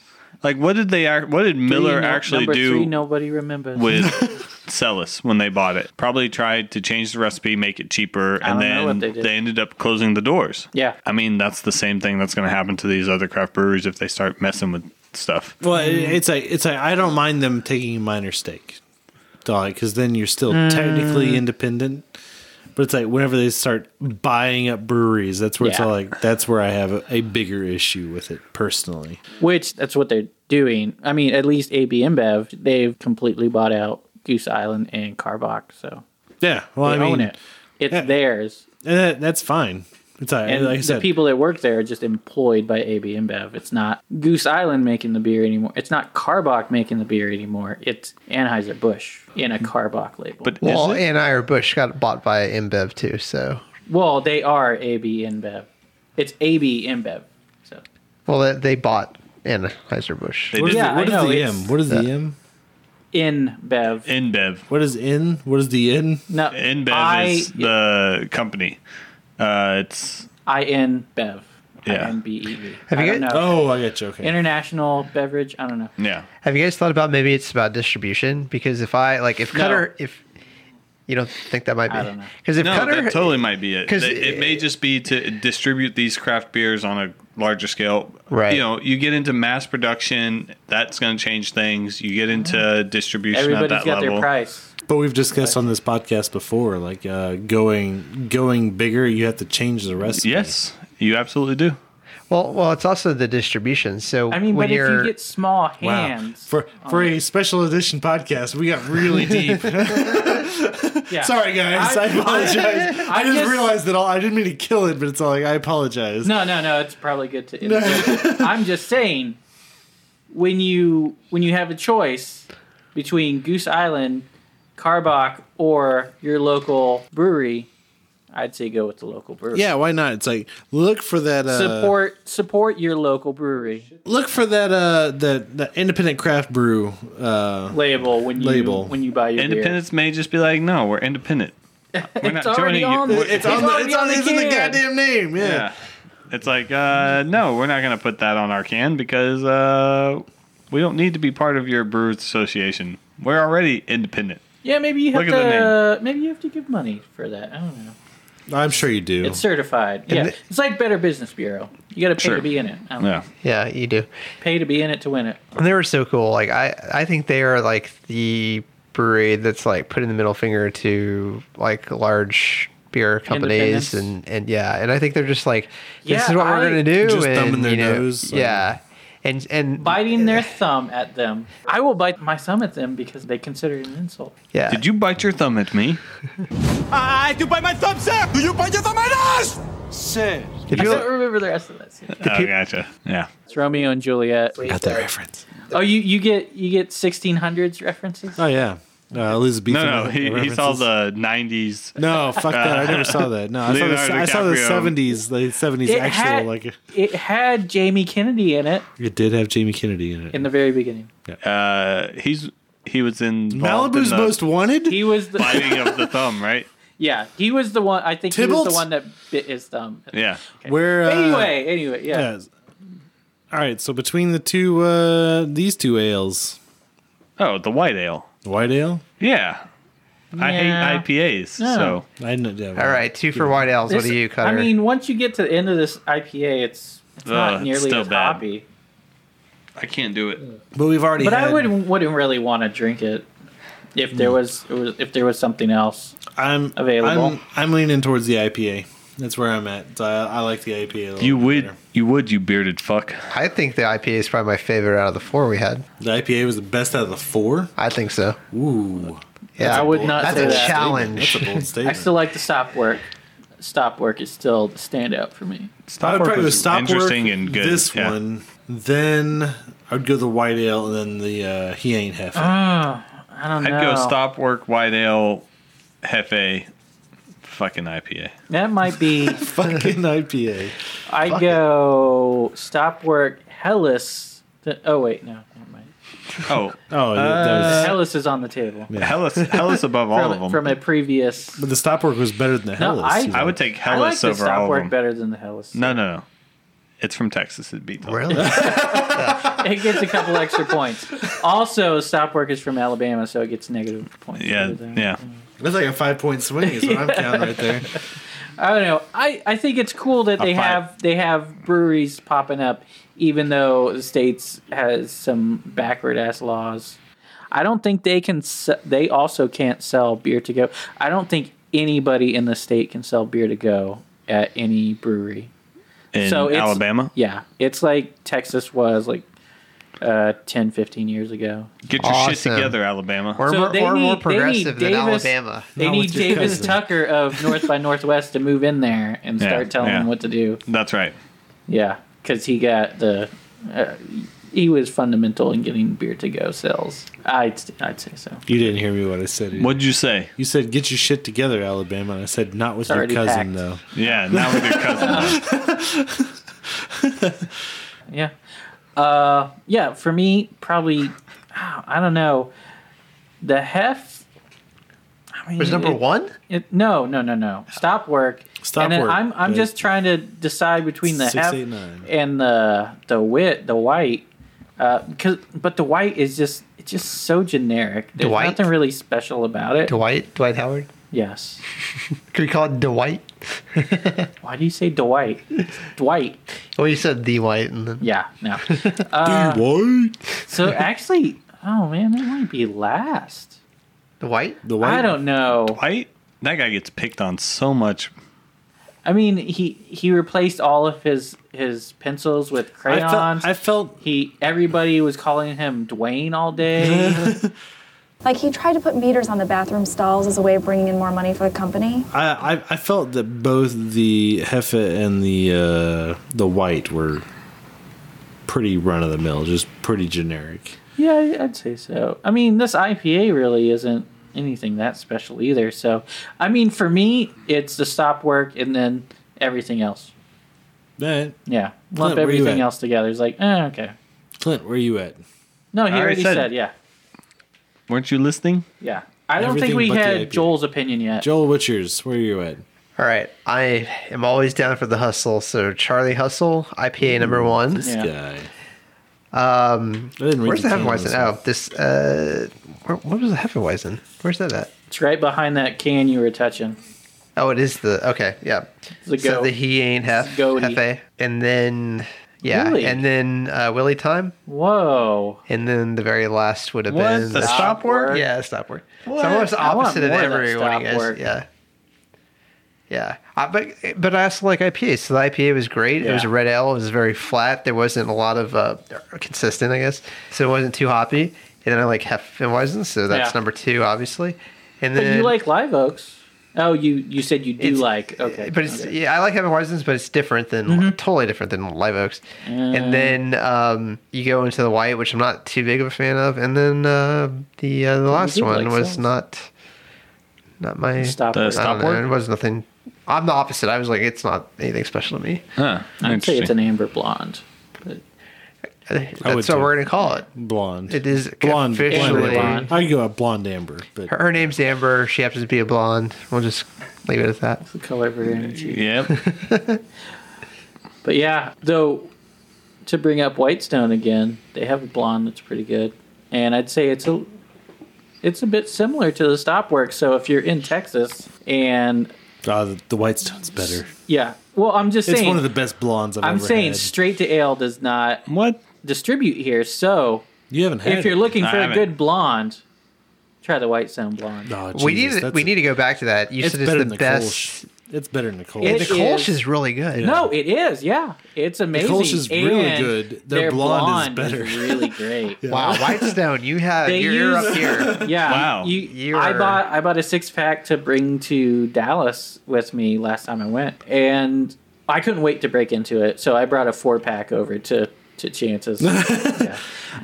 S3: Like, what did they? ac- What did Miller
S4: Three, no-
S3: actually
S4: number
S3: do
S4: Three, nobody remembers.
S3: with
S4: [LAUGHS]
S3: Cellus when they bought it? Probably tried to change the recipe, make it cheaper,
S4: I
S3: and
S4: don't know
S3: then
S4: what they did.
S3: they ended up closing the doors.
S4: yeah,
S3: I mean, that's the same thing that's going to happen to these other craft breweries if they start messing with stuff.
S1: Well, it-
S4: Mm.
S1: it's like it's like I don't mind them taking a minor stake, dog, because then you're still
S3: Mm.
S1: technically independent. But it's like whenever they start buying up breweries, that's where it's
S4: Yeah.
S1: all like that's where I have a, a bigger issue with it personally.
S4: which that's what they're doing. I mean, at least AB InBev they've completely bought out Goose Island and Carbach, so
S1: Yeah, well,
S4: they
S1: I mean,
S4: own it. It's theirs.
S1: and that, that's fine. It's like,
S4: And
S1: like I
S4: the
S1: said,
S4: people that work there are just employed by AB InBev. It's not Goose Island making the beer anymore. It's not Carbach making the beer anymore. It's Anheuser Busch in a Carbach label.
S3: But
S5: Well, and Ira Bush got bought by InBev too, so
S4: well, they are AB InBev. It's AB InBev.
S5: well they, they bought Anheuser Busch.
S4: They What is did. it- Yeah, what I is know, the it's-
S1: M? What is the M?
S4: In Bev.
S3: In Bev.
S1: What is in? What is the in?
S4: No,
S3: InBev
S4: I-
S3: is the company. Uh, it's
S4: I N Bev.
S3: Yeah. Oh.
S4: I N B E V.
S5: Have
S4: I
S5: you
S4: don't
S5: got-
S4: know.
S1: I got you.
S4: International beverage. I don't know.
S3: Yeah.
S5: Have you guys thought about maybe it's about distribution? Because if I like if
S4: No.
S5: Cutter if you don't think that might be because if
S3: no,
S5: Cutter
S3: that totally might be it.
S5: 'cause
S3: They- it may just be to distribute these craft beers on a larger scale.
S5: Right.
S3: You know, you get into mass production, that's going to change things. You get into distribution
S4: Everybody's
S3: at that
S4: got
S3: level.
S4: their price.
S1: But we've discussed on this podcast before, like uh, going going bigger, you have to change the recipe.
S3: Yes, you absolutely do.
S5: Well, well, it's also the distribution. So
S4: I mean,
S5: when
S4: but if
S5: you're
S4: you get small
S1: Wow.
S4: hands,
S1: For for a special edition podcast, we got
S4: [LAUGHS]
S1: really deep. Sorry guys, I,
S4: I-
S1: apologize. I,
S4: I
S1: just,
S4: just-
S1: realized that all I didn't mean to kill it, but it's all like I apologize.
S4: No, no, no. It's probably good to. End I'm just saying, when you when you have a choice between Goose Island, Carbach, or your local brewery, I'd say go with the local brewery.
S1: Yeah, why not? It's like look for that uh,
S4: support support your local brewery
S1: Look for that uh that that independent craft brew uh
S4: label when you
S1: label.
S4: when you buy your beer.
S3: Independence may just be like, no, we're
S4: [LAUGHS]
S3: independent. We're
S4: It's already on the-
S1: It's on the, it's on,
S4: the
S1: it's in the
S4: can.
S1: goddamn name. Yeah.
S3: [LAUGHS] It's like, uh, no, we're not going to put that on our can because uh, we don't need to be part of your Brewers Association. We're already independent.
S4: Yeah, maybe you have
S3: Look at the
S4: to maybe you have to give money for that. I don't know.
S1: I'm sure you do.
S4: It's certified. Yeah,
S5: the-
S4: it's like Better Business Bureau. You got to pay to be in it. I don't know.
S5: yeah, you do.
S4: Pay to be in it to win it.
S5: And they were so cool. Like I, I think they are like the brewery that's like putting the middle finger to like large beer companies
S4: Independence.
S5: and and yeah. And I think they're just like
S4: Yeah,
S5: this is what
S4: I-
S5: we're gonna do.
S1: Just
S5: and,
S1: thumbing their
S5: you know,
S1: nose, like-
S5: yeah. And and
S4: biting their thumb at them. I will bite my thumb at them because they consider it an insult.
S5: yeah.
S3: Did you bite your thumb at me?
S8: I do bite my thumb, sir! Do you bite your thumb, my nose? Sir.
S5: If
S4: I
S5: you
S4: don't remember the rest of that scene.
S3: Oh, gotcha. Yeah.
S4: It's Romeo and Juliet.
S1: Got that reference.
S4: Oh, you, you get you get 1600s references.
S1: Oh yeah. Uh, Elizabeth.
S3: No, no, he, he saw the 90s.
S1: No, fuck that. I never saw that. No, I saw the,
S3: Leonardo
S1: I saw the
S3: DiCaprio.
S1: 70s, the 70s
S4: It
S1: actual
S4: had-
S1: like
S4: It had Jamie Kennedy in it
S1: it did have Jamie Kennedy in it.
S4: in the very beginning.
S3: Uh, he's he was in
S1: Malibu's most wanted?
S4: He was
S3: [LAUGHS]
S4: the
S3: biting of the thumb, right?
S4: yeah. He was the one. I think he
S1: Tybalt?
S4: was the one that bit his thumb.
S3: Yeah.
S1: Where uh,
S4: Anyway, anyway, yeah.
S1: yes. All right, so between the two uh these two ales,
S3: Oh, the white ale.
S1: white ale?
S3: Yeah. I
S4: Yeah.
S3: hate IPAs.
S4: No.
S3: So
S1: I know yeah,
S5: all right, two for white ales. What
S4: This-
S5: do you, Cutter?
S4: I mean, once you get to the end of this IPA, it's, it's
S3: Ugh,
S4: not
S3: it's
S4: nearly
S3: still
S4: as
S3: bad.
S4: hoppy.
S3: I can't do it.
S1: But we've already
S4: But I
S1: had-
S4: would wouldn't really want to drink it if
S3: Hmm.
S4: there was if there was something else.
S1: I'm
S4: available.
S1: I'm, I'm leaning towards the IPA. That's where I'm at. So I, I like the IPA. A little
S3: You
S1: bit
S3: would,
S1: better.
S3: you would, you bearded fuck.
S5: I think the IPA is probably my favorite out of the four we had.
S1: The IPA was the best out of the four.
S5: I think so.
S1: Ooh,
S5: Yeah,
S4: I would not
S5: That's
S4: say
S5: a
S4: that.
S5: challenge. [LAUGHS]
S1: that's
S4: [LAUGHS]
S1: a bold
S4: I
S1: statement.
S4: still like the stop work. Stop work is still the standout for me.
S1: I would
S3: Work
S1: probably go
S3: was
S1: stop
S3: interesting
S1: work,
S3: and good,
S1: This
S3: yeah.
S1: one, then I would go the white ale, and then the uh, he ain't
S4: [LAUGHS]
S1: half.
S4: I don't
S3: I'd go
S4: know.
S3: stop work white ale, hefe, fucking IPA.
S4: That
S3: [LAUGHS]
S4: might be.
S1: fucking [LAUGHS] IPA.
S4: I go stop work Hellas. th- oh wait, no, never mind.
S5: [LAUGHS]
S3: Oh,
S1: Oh, that- that was-
S4: Hellas is on the table
S3: Hellas, Hellas above Uh, all of
S4: from,
S3: them.
S4: from a previous.
S1: but the stop work was better than the
S4: No,
S1: Hellas.
S4: I- [LAUGHS]
S1: you know.
S3: I would take
S4: I like
S3: Hellas
S4: the
S3: over all
S4: stop
S3: of
S4: work
S3: them.
S4: better than the Hellas.
S3: No, no, no. It's from Texas. It beat them.
S1: [LAUGHS]
S5: Really?
S4: It gets a couple
S3: [LAUGHS]
S4: extra points. Also, stop work is from Alabama, so it gets negative points.
S3: Yeah,
S4: over there.
S3: yeah.
S1: That's like a five point swing is
S4: [LAUGHS]
S1: what I'm counting right there.
S4: I don't know. I, I think it's cool that they
S3: fight.
S4: have they have breweries popping up, even though the states has some backward ass laws. I don't think they can. Se- they also can't sell beer to go. I don't think anybody in the state can sell beer to go at any brewery.
S3: In
S4: So it's-
S3: Alabama,
S4: Yeah, it's like Texas was like uh, 10, 15 years ago.
S3: get your
S5: Awesome.
S3: shit together, Alabama.
S5: We're,
S4: So
S5: more,
S4: they
S5: we're more
S4: need- they need
S5: progressive than
S4: Davis-
S5: Alabama.
S4: They
S1: Not
S4: need
S1: with your
S4: Davis
S1: cousin.
S4: Tucker of North by Northwest to move in there and
S3: [LAUGHS] Yeah,
S4: start telling
S3: yeah.
S4: them what to do.
S3: That's right.
S4: Yeah, because he got the. Uh, he was fundamental in getting beer to go sales. I'd I'd say so.
S1: You didn't hear me what I said. either.
S3: What'd you say?
S1: You said get your shit together, Alabama. And I said not
S4: It's
S1: with your
S4: already packed.
S1: cousin though.
S3: Yeah, now with your
S4: [LAUGHS]
S3: cousin.
S4: Yeah, uh, yeah. For me, probably. ah, I don't know. The hef. I mean,
S5: Was number
S4: it-
S5: one?
S4: It, no, no, no, no. Stop work.
S1: Stop
S4: and then
S1: work,
S4: I'm I'm
S1: right.
S4: just trying to decide between the
S1: Six,
S4: F
S1: eight, nine.
S4: and the the wit the white. Uh, because but the white is just it's just so generic. There's
S5: Dwight?
S4: nothing really special about it.
S5: Dwight? Dwight Howard?
S4: Yes.
S5: Could we call it Dwight?
S4: Why do you say Dwight? Dwight.
S5: Well, you said the White, and then
S4: Yeah. No. Uh,
S1: What?
S4: So actually, oh man, that might be last.
S5: the White.
S1: The white
S4: I don't know.
S3: White. That guy gets picked on so much.
S4: I mean, he he replaced all of his his pencils with crayons. I felt, he everybody was calling him Dwayne all day.
S13: Like he tried to put meters on the bathroom stalls as a way of bringing in more money for the company.
S1: I, I I felt that both the Heffa and the uh, the White were pretty run of the mill, just pretty generic.
S4: yeah, I- I'd say so. I mean, this IPA really isn't anything that special either. So, I mean, for me, it's the stop work and then everything else.
S1: That
S4: Yeah,
S1: Clint,
S4: lump
S1: where you
S4: everything
S1: at?
S4: else together. It's like, eh, okay.
S1: Clint, where you at?
S4: No, he
S3: I already
S4: already
S3: said-
S4: said, yeah,
S3: Weren't you listening?
S4: yeah. I don't
S1: Everything
S4: think we
S1: but the
S4: had
S1: IPA.
S4: Joel's opinion yet.
S1: Joel Witchers, where are you at?
S5: All right, I am always down for the hustle. So Charlie Hustle, IPA number one.
S1: This guy.
S5: Um,
S1: read
S5: where's
S1: the
S5: the
S1: can on
S5: Hefeweizen?
S1: this
S5: Oh, this. Uh, where, what was the Hefeweizen? Where's that at?
S4: It's right behind that can you were touching.
S5: Oh, it is the okay. Yeah,
S4: It's a
S5: so
S4: goat.
S5: the he ain't hef
S4: goatee.
S5: hefe, and then yeah,
S4: Really?
S5: and then uh, Willie time.
S4: Whoa!
S5: And then the very last would have
S4: What?
S5: been
S4: The stop work?
S5: Yeah, stop work.
S4: What?
S5: So I'm almost the
S4: I want
S5: opposite of
S4: more of that
S5: everyone. I
S4: stop
S5: guess.
S4: work.
S5: Yeah. Yeah, I, but but I also like IPA. So the IPA was great. It was
S4: Yeah.
S5: a red ale. It was very flat. There wasn't a lot of uh, consistent, I guess. So it wasn't too hoppy. And then I like Hefeweizen, so that's
S4: Yeah.
S5: number two, obviously. And
S4: But
S5: then
S4: you like live oaks? Oh, you you said you do like okay,
S5: but it's
S4: okay.
S5: yeah, I like having Weizens, but it's different than
S1: Mm-hmm.
S5: totally different than Live Oaks.
S4: Mm.
S5: And then um, you go into the white, which I'm not too big of a fan of. And then uh, the uh, the last
S4: do
S5: one
S4: like
S5: was
S4: those.
S5: not not my
S4: Stop The work.
S5: I
S4: stop
S5: don't know,
S4: work?
S5: It was nothing. I'm the opposite. I was like, it's not anything special to me.
S3: Huh.
S4: I'd say it's an amber blonde.
S5: That's
S1: would
S5: what
S1: too.
S5: we're gonna call it.
S1: Blonde.
S5: It is
S1: blonde.
S5: officially-
S1: blonde. I go a blonde amber, but
S5: Her, her name's Amber. She happens to be a blonde. We'll just leave it at that.
S4: The color of her energy.
S3: Yep.
S4: But yeah, though, to bring up Whitestone again, they have a blonde that's pretty good, and I'd say it's a it's a bit similar to the stop work. So if you're in Texas and
S1: Ah, the, the Whitestone's better.
S4: yeah, well, I'm just
S1: it's
S4: saying
S1: one of the best blondes I've
S4: I'm
S1: ever
S4: saying
S1: had.
S4: straight to ale does not
S3: what
S4: distribute here. So
S1: you haven't had
S4: if you're
S1: it.
S4: looking
S1: I
S4: for a
S1: haven't.
S4: good blonde, try the Whitestone blonde.
S1: Oh,
S5: we
S1: Jesus,
S5: need to,
S1: that's
S5: we
S1: a-
S5: need to go back to that. You
S1: it's
S5: said it's
S1: better
S5: the,
S1: than the
S5: best.
S1: It's better than Nicole.
S5: Yeah, the
S4: It
S5: Kolsch
S4: is-
S5: is really good.
S4: No, it is. Yeah, it's amazing.
S1: Kolsch is really
S4: and
S1: good. Their blonde is better.
S4: really
S1: [LAUGHS]
S4: great.
S5: Wow, Whitestone, you have you're, you're
S4: [LAUGHS]
S5: up here.
S4: Yeah.
S3: Wow.
S4: you- I
S5: You're-
S4: bought I bought a six pack to bring to Dallas with me last time I went, and I couldn't wait to break into it, so I brought a four pack over to to
S1: [LAUGHS]
S4: Chances. yeah.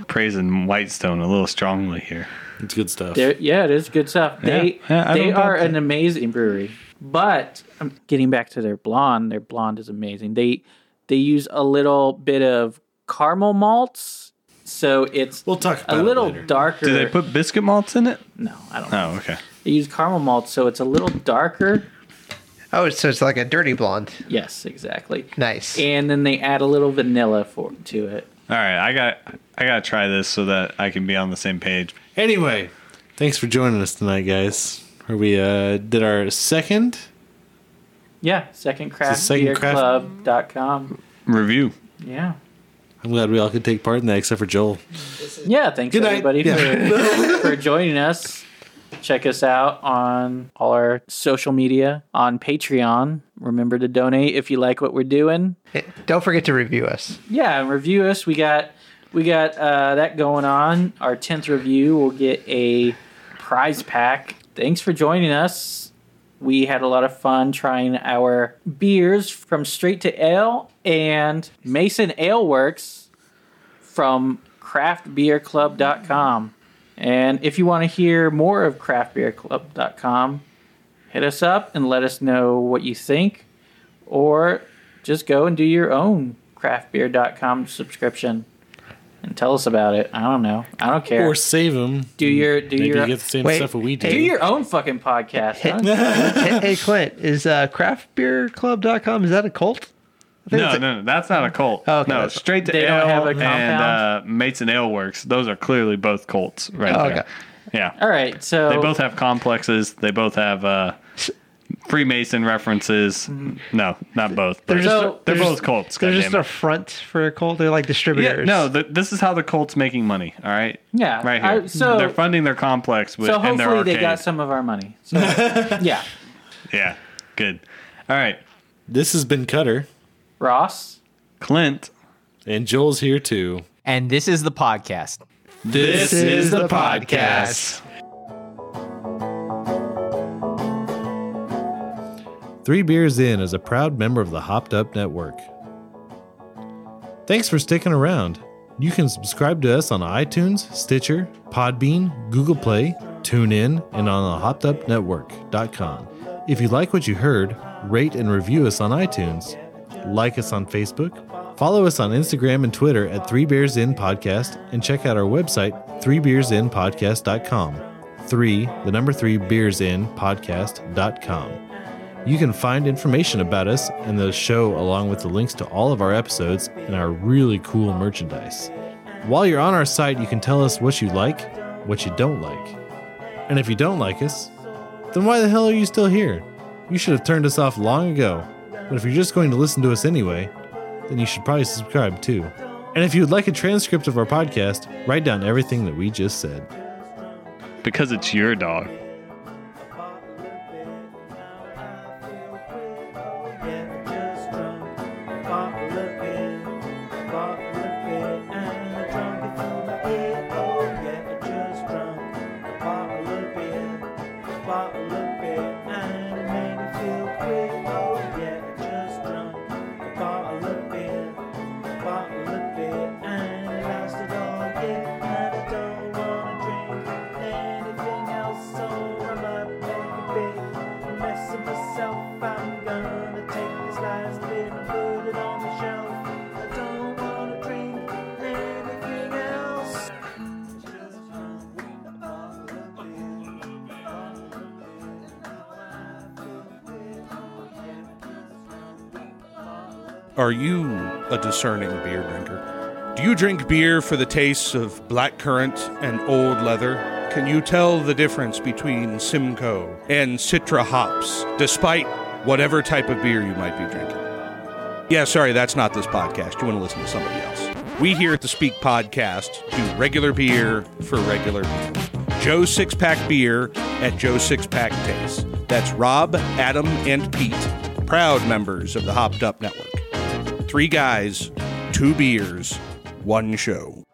S3: praising Whitestone a little strongly here?
S1: It's good stuff.
S4: They're- yeah, it is good stuff. They
S3: Yeah, yeah, I
S4: they
S3: don't doubt
S4: are
S3: that.
S4: an amazing brewery. But um, getting back to their blonde, their blonde is amazing. They they use a little bit of caramel malts, so it's
S1: We'll talk about
S4: a
S1: it
S4: little
S1: later.
S4: darker.
S3: Do they put biscuit malts in it?
S4: no, I don't.
S3: Oh, okay.
S4: They use caramel malts, so it's a little darker.
S5: Oh, so it's like a dirty blonde.
S4: Yes, exactly.
S5: Nice.
S4: And then they add a little vanilla for to it.
S3: All right, I got I got to try this so that I can be on the same page.
S1: Anyway, thanks for joining us tonight, guys. Where we uh, did our second.
S4: Yeah,
S1: second craft-
S4: secondcraftbeerclub.com.
S3: Review.
S4: Yeah.
S1: I'm glad we all could take part in that, except for Joel.
S4: Yeah, thanks
S1: Good night.
S4: everybody for,
S1: [LAUGHS]
S4: for joining us. Check us out on all our social media, on Patreon. Remember to donate if you like what we're doing.
S5: Don't forget to review us.
S4: Yeah, and review us. We got we got uh, that going on. Our tenth review will get a prize pack. Thanks for joining us. We had a lot of fun trying our beers from Straight to Ale and Mason Ale Works from craftbeerclub.com. And if you want to hear more of craftbeerclub.com, hit us up and let us know what you think or just go and do your own craftbeer.com subscription and tell us about it. I don't know. I don't care.
S1: Or save them.
S4: do your do
S1: Maybe
S4: your
S1: you get the same
S5: Wait,
S1: stuff that we do.
S4: do your own fucking podcast. I don't care.
S5: hey, hey, Clint, is uh, craftbeerclub.com, is that a cult? I think
S3: No,
S5: it's a-
S3: no, no, that's not a cult.
S5: Oh, okay.
S3: No, straight to
S4: They
S3: ale
S4: don't have a
S3: and uh,
S4: compound?
S3: mates and ale works. Those are clearly both cults, right
S5: Oh,
S3: there.
S5: okay.
S3: Yeah,
S4: All right, so
S3: they both have complexes. They both have uh, Freemason references. No, not both. But
S5: They're,
S3: they're
S5: just,
S3: they're,
S5: they're
S3: both
S5: just-
S3: cults.
S5: They're just
S3: goddammit.
S5: a front for a cult. They're like
S3: Yeah,
S5: distributors.
S3: no, th this is how the cult's making money. All right.
S4: Yeah,
S3: Right here.
S4: I- so-
S3: they're funding their complex with
S4: so
S3: and their [LAUGHS]
S4: hopefully
S3: arcade.
S4: they got some of our money. So, yeah.
S3: Yeah. Good. All right.
S8: This has been Cutter,
S14: Ross,
S3: Clint,
S8: and Joel's here too.
S4: And this is the podcast.
S8: This is the podcast. Three Beers In is a proud member of the Hopped Up Network. Thanks for sticking around. You can subscribe to us on iTunes, Stitcher, Podbean, Google Play, TuneIn, and on the hoppedupnetwork.com. If you like what you heard, rate and review us on iTunes, like us on Facebook, follow us on Instagram and Twitter at Three Beers In Podcast, and check out our website, threebeersinpodcast.com. Three, the number three, beers in podcast.com. You can find information about us and the show, along with the links to all of our episodes and our really cool merchandise. While you're on our site, you can tell us what you like, what you don't like. And if you don't like us, then why the hell are you still here? You should have turned us off long ago. But if you're just going to listen to us anyway, then you should probably subscribe too. And if you would like a transcript of our podcast, write down everything that we just said.
S3: Because it's your dog.
S15: Are you a discerning beer drinker? Do you drink beer for the tastes of blackcurrant and old leather? Can you tell the difference between Simcoe and Citra hops, despite whatever type of beer you might be drinking? Yeah, sorry, that's not this podcast. You want to listen to somebody else. We here at the Speak Podcast do regular beer for regular people. Joe Six Pack Beer at Joe Six Pack Taste. That's Rob, Adam, and Pete, proud members of the Hopped Up Network. Three guys, two beers, one show.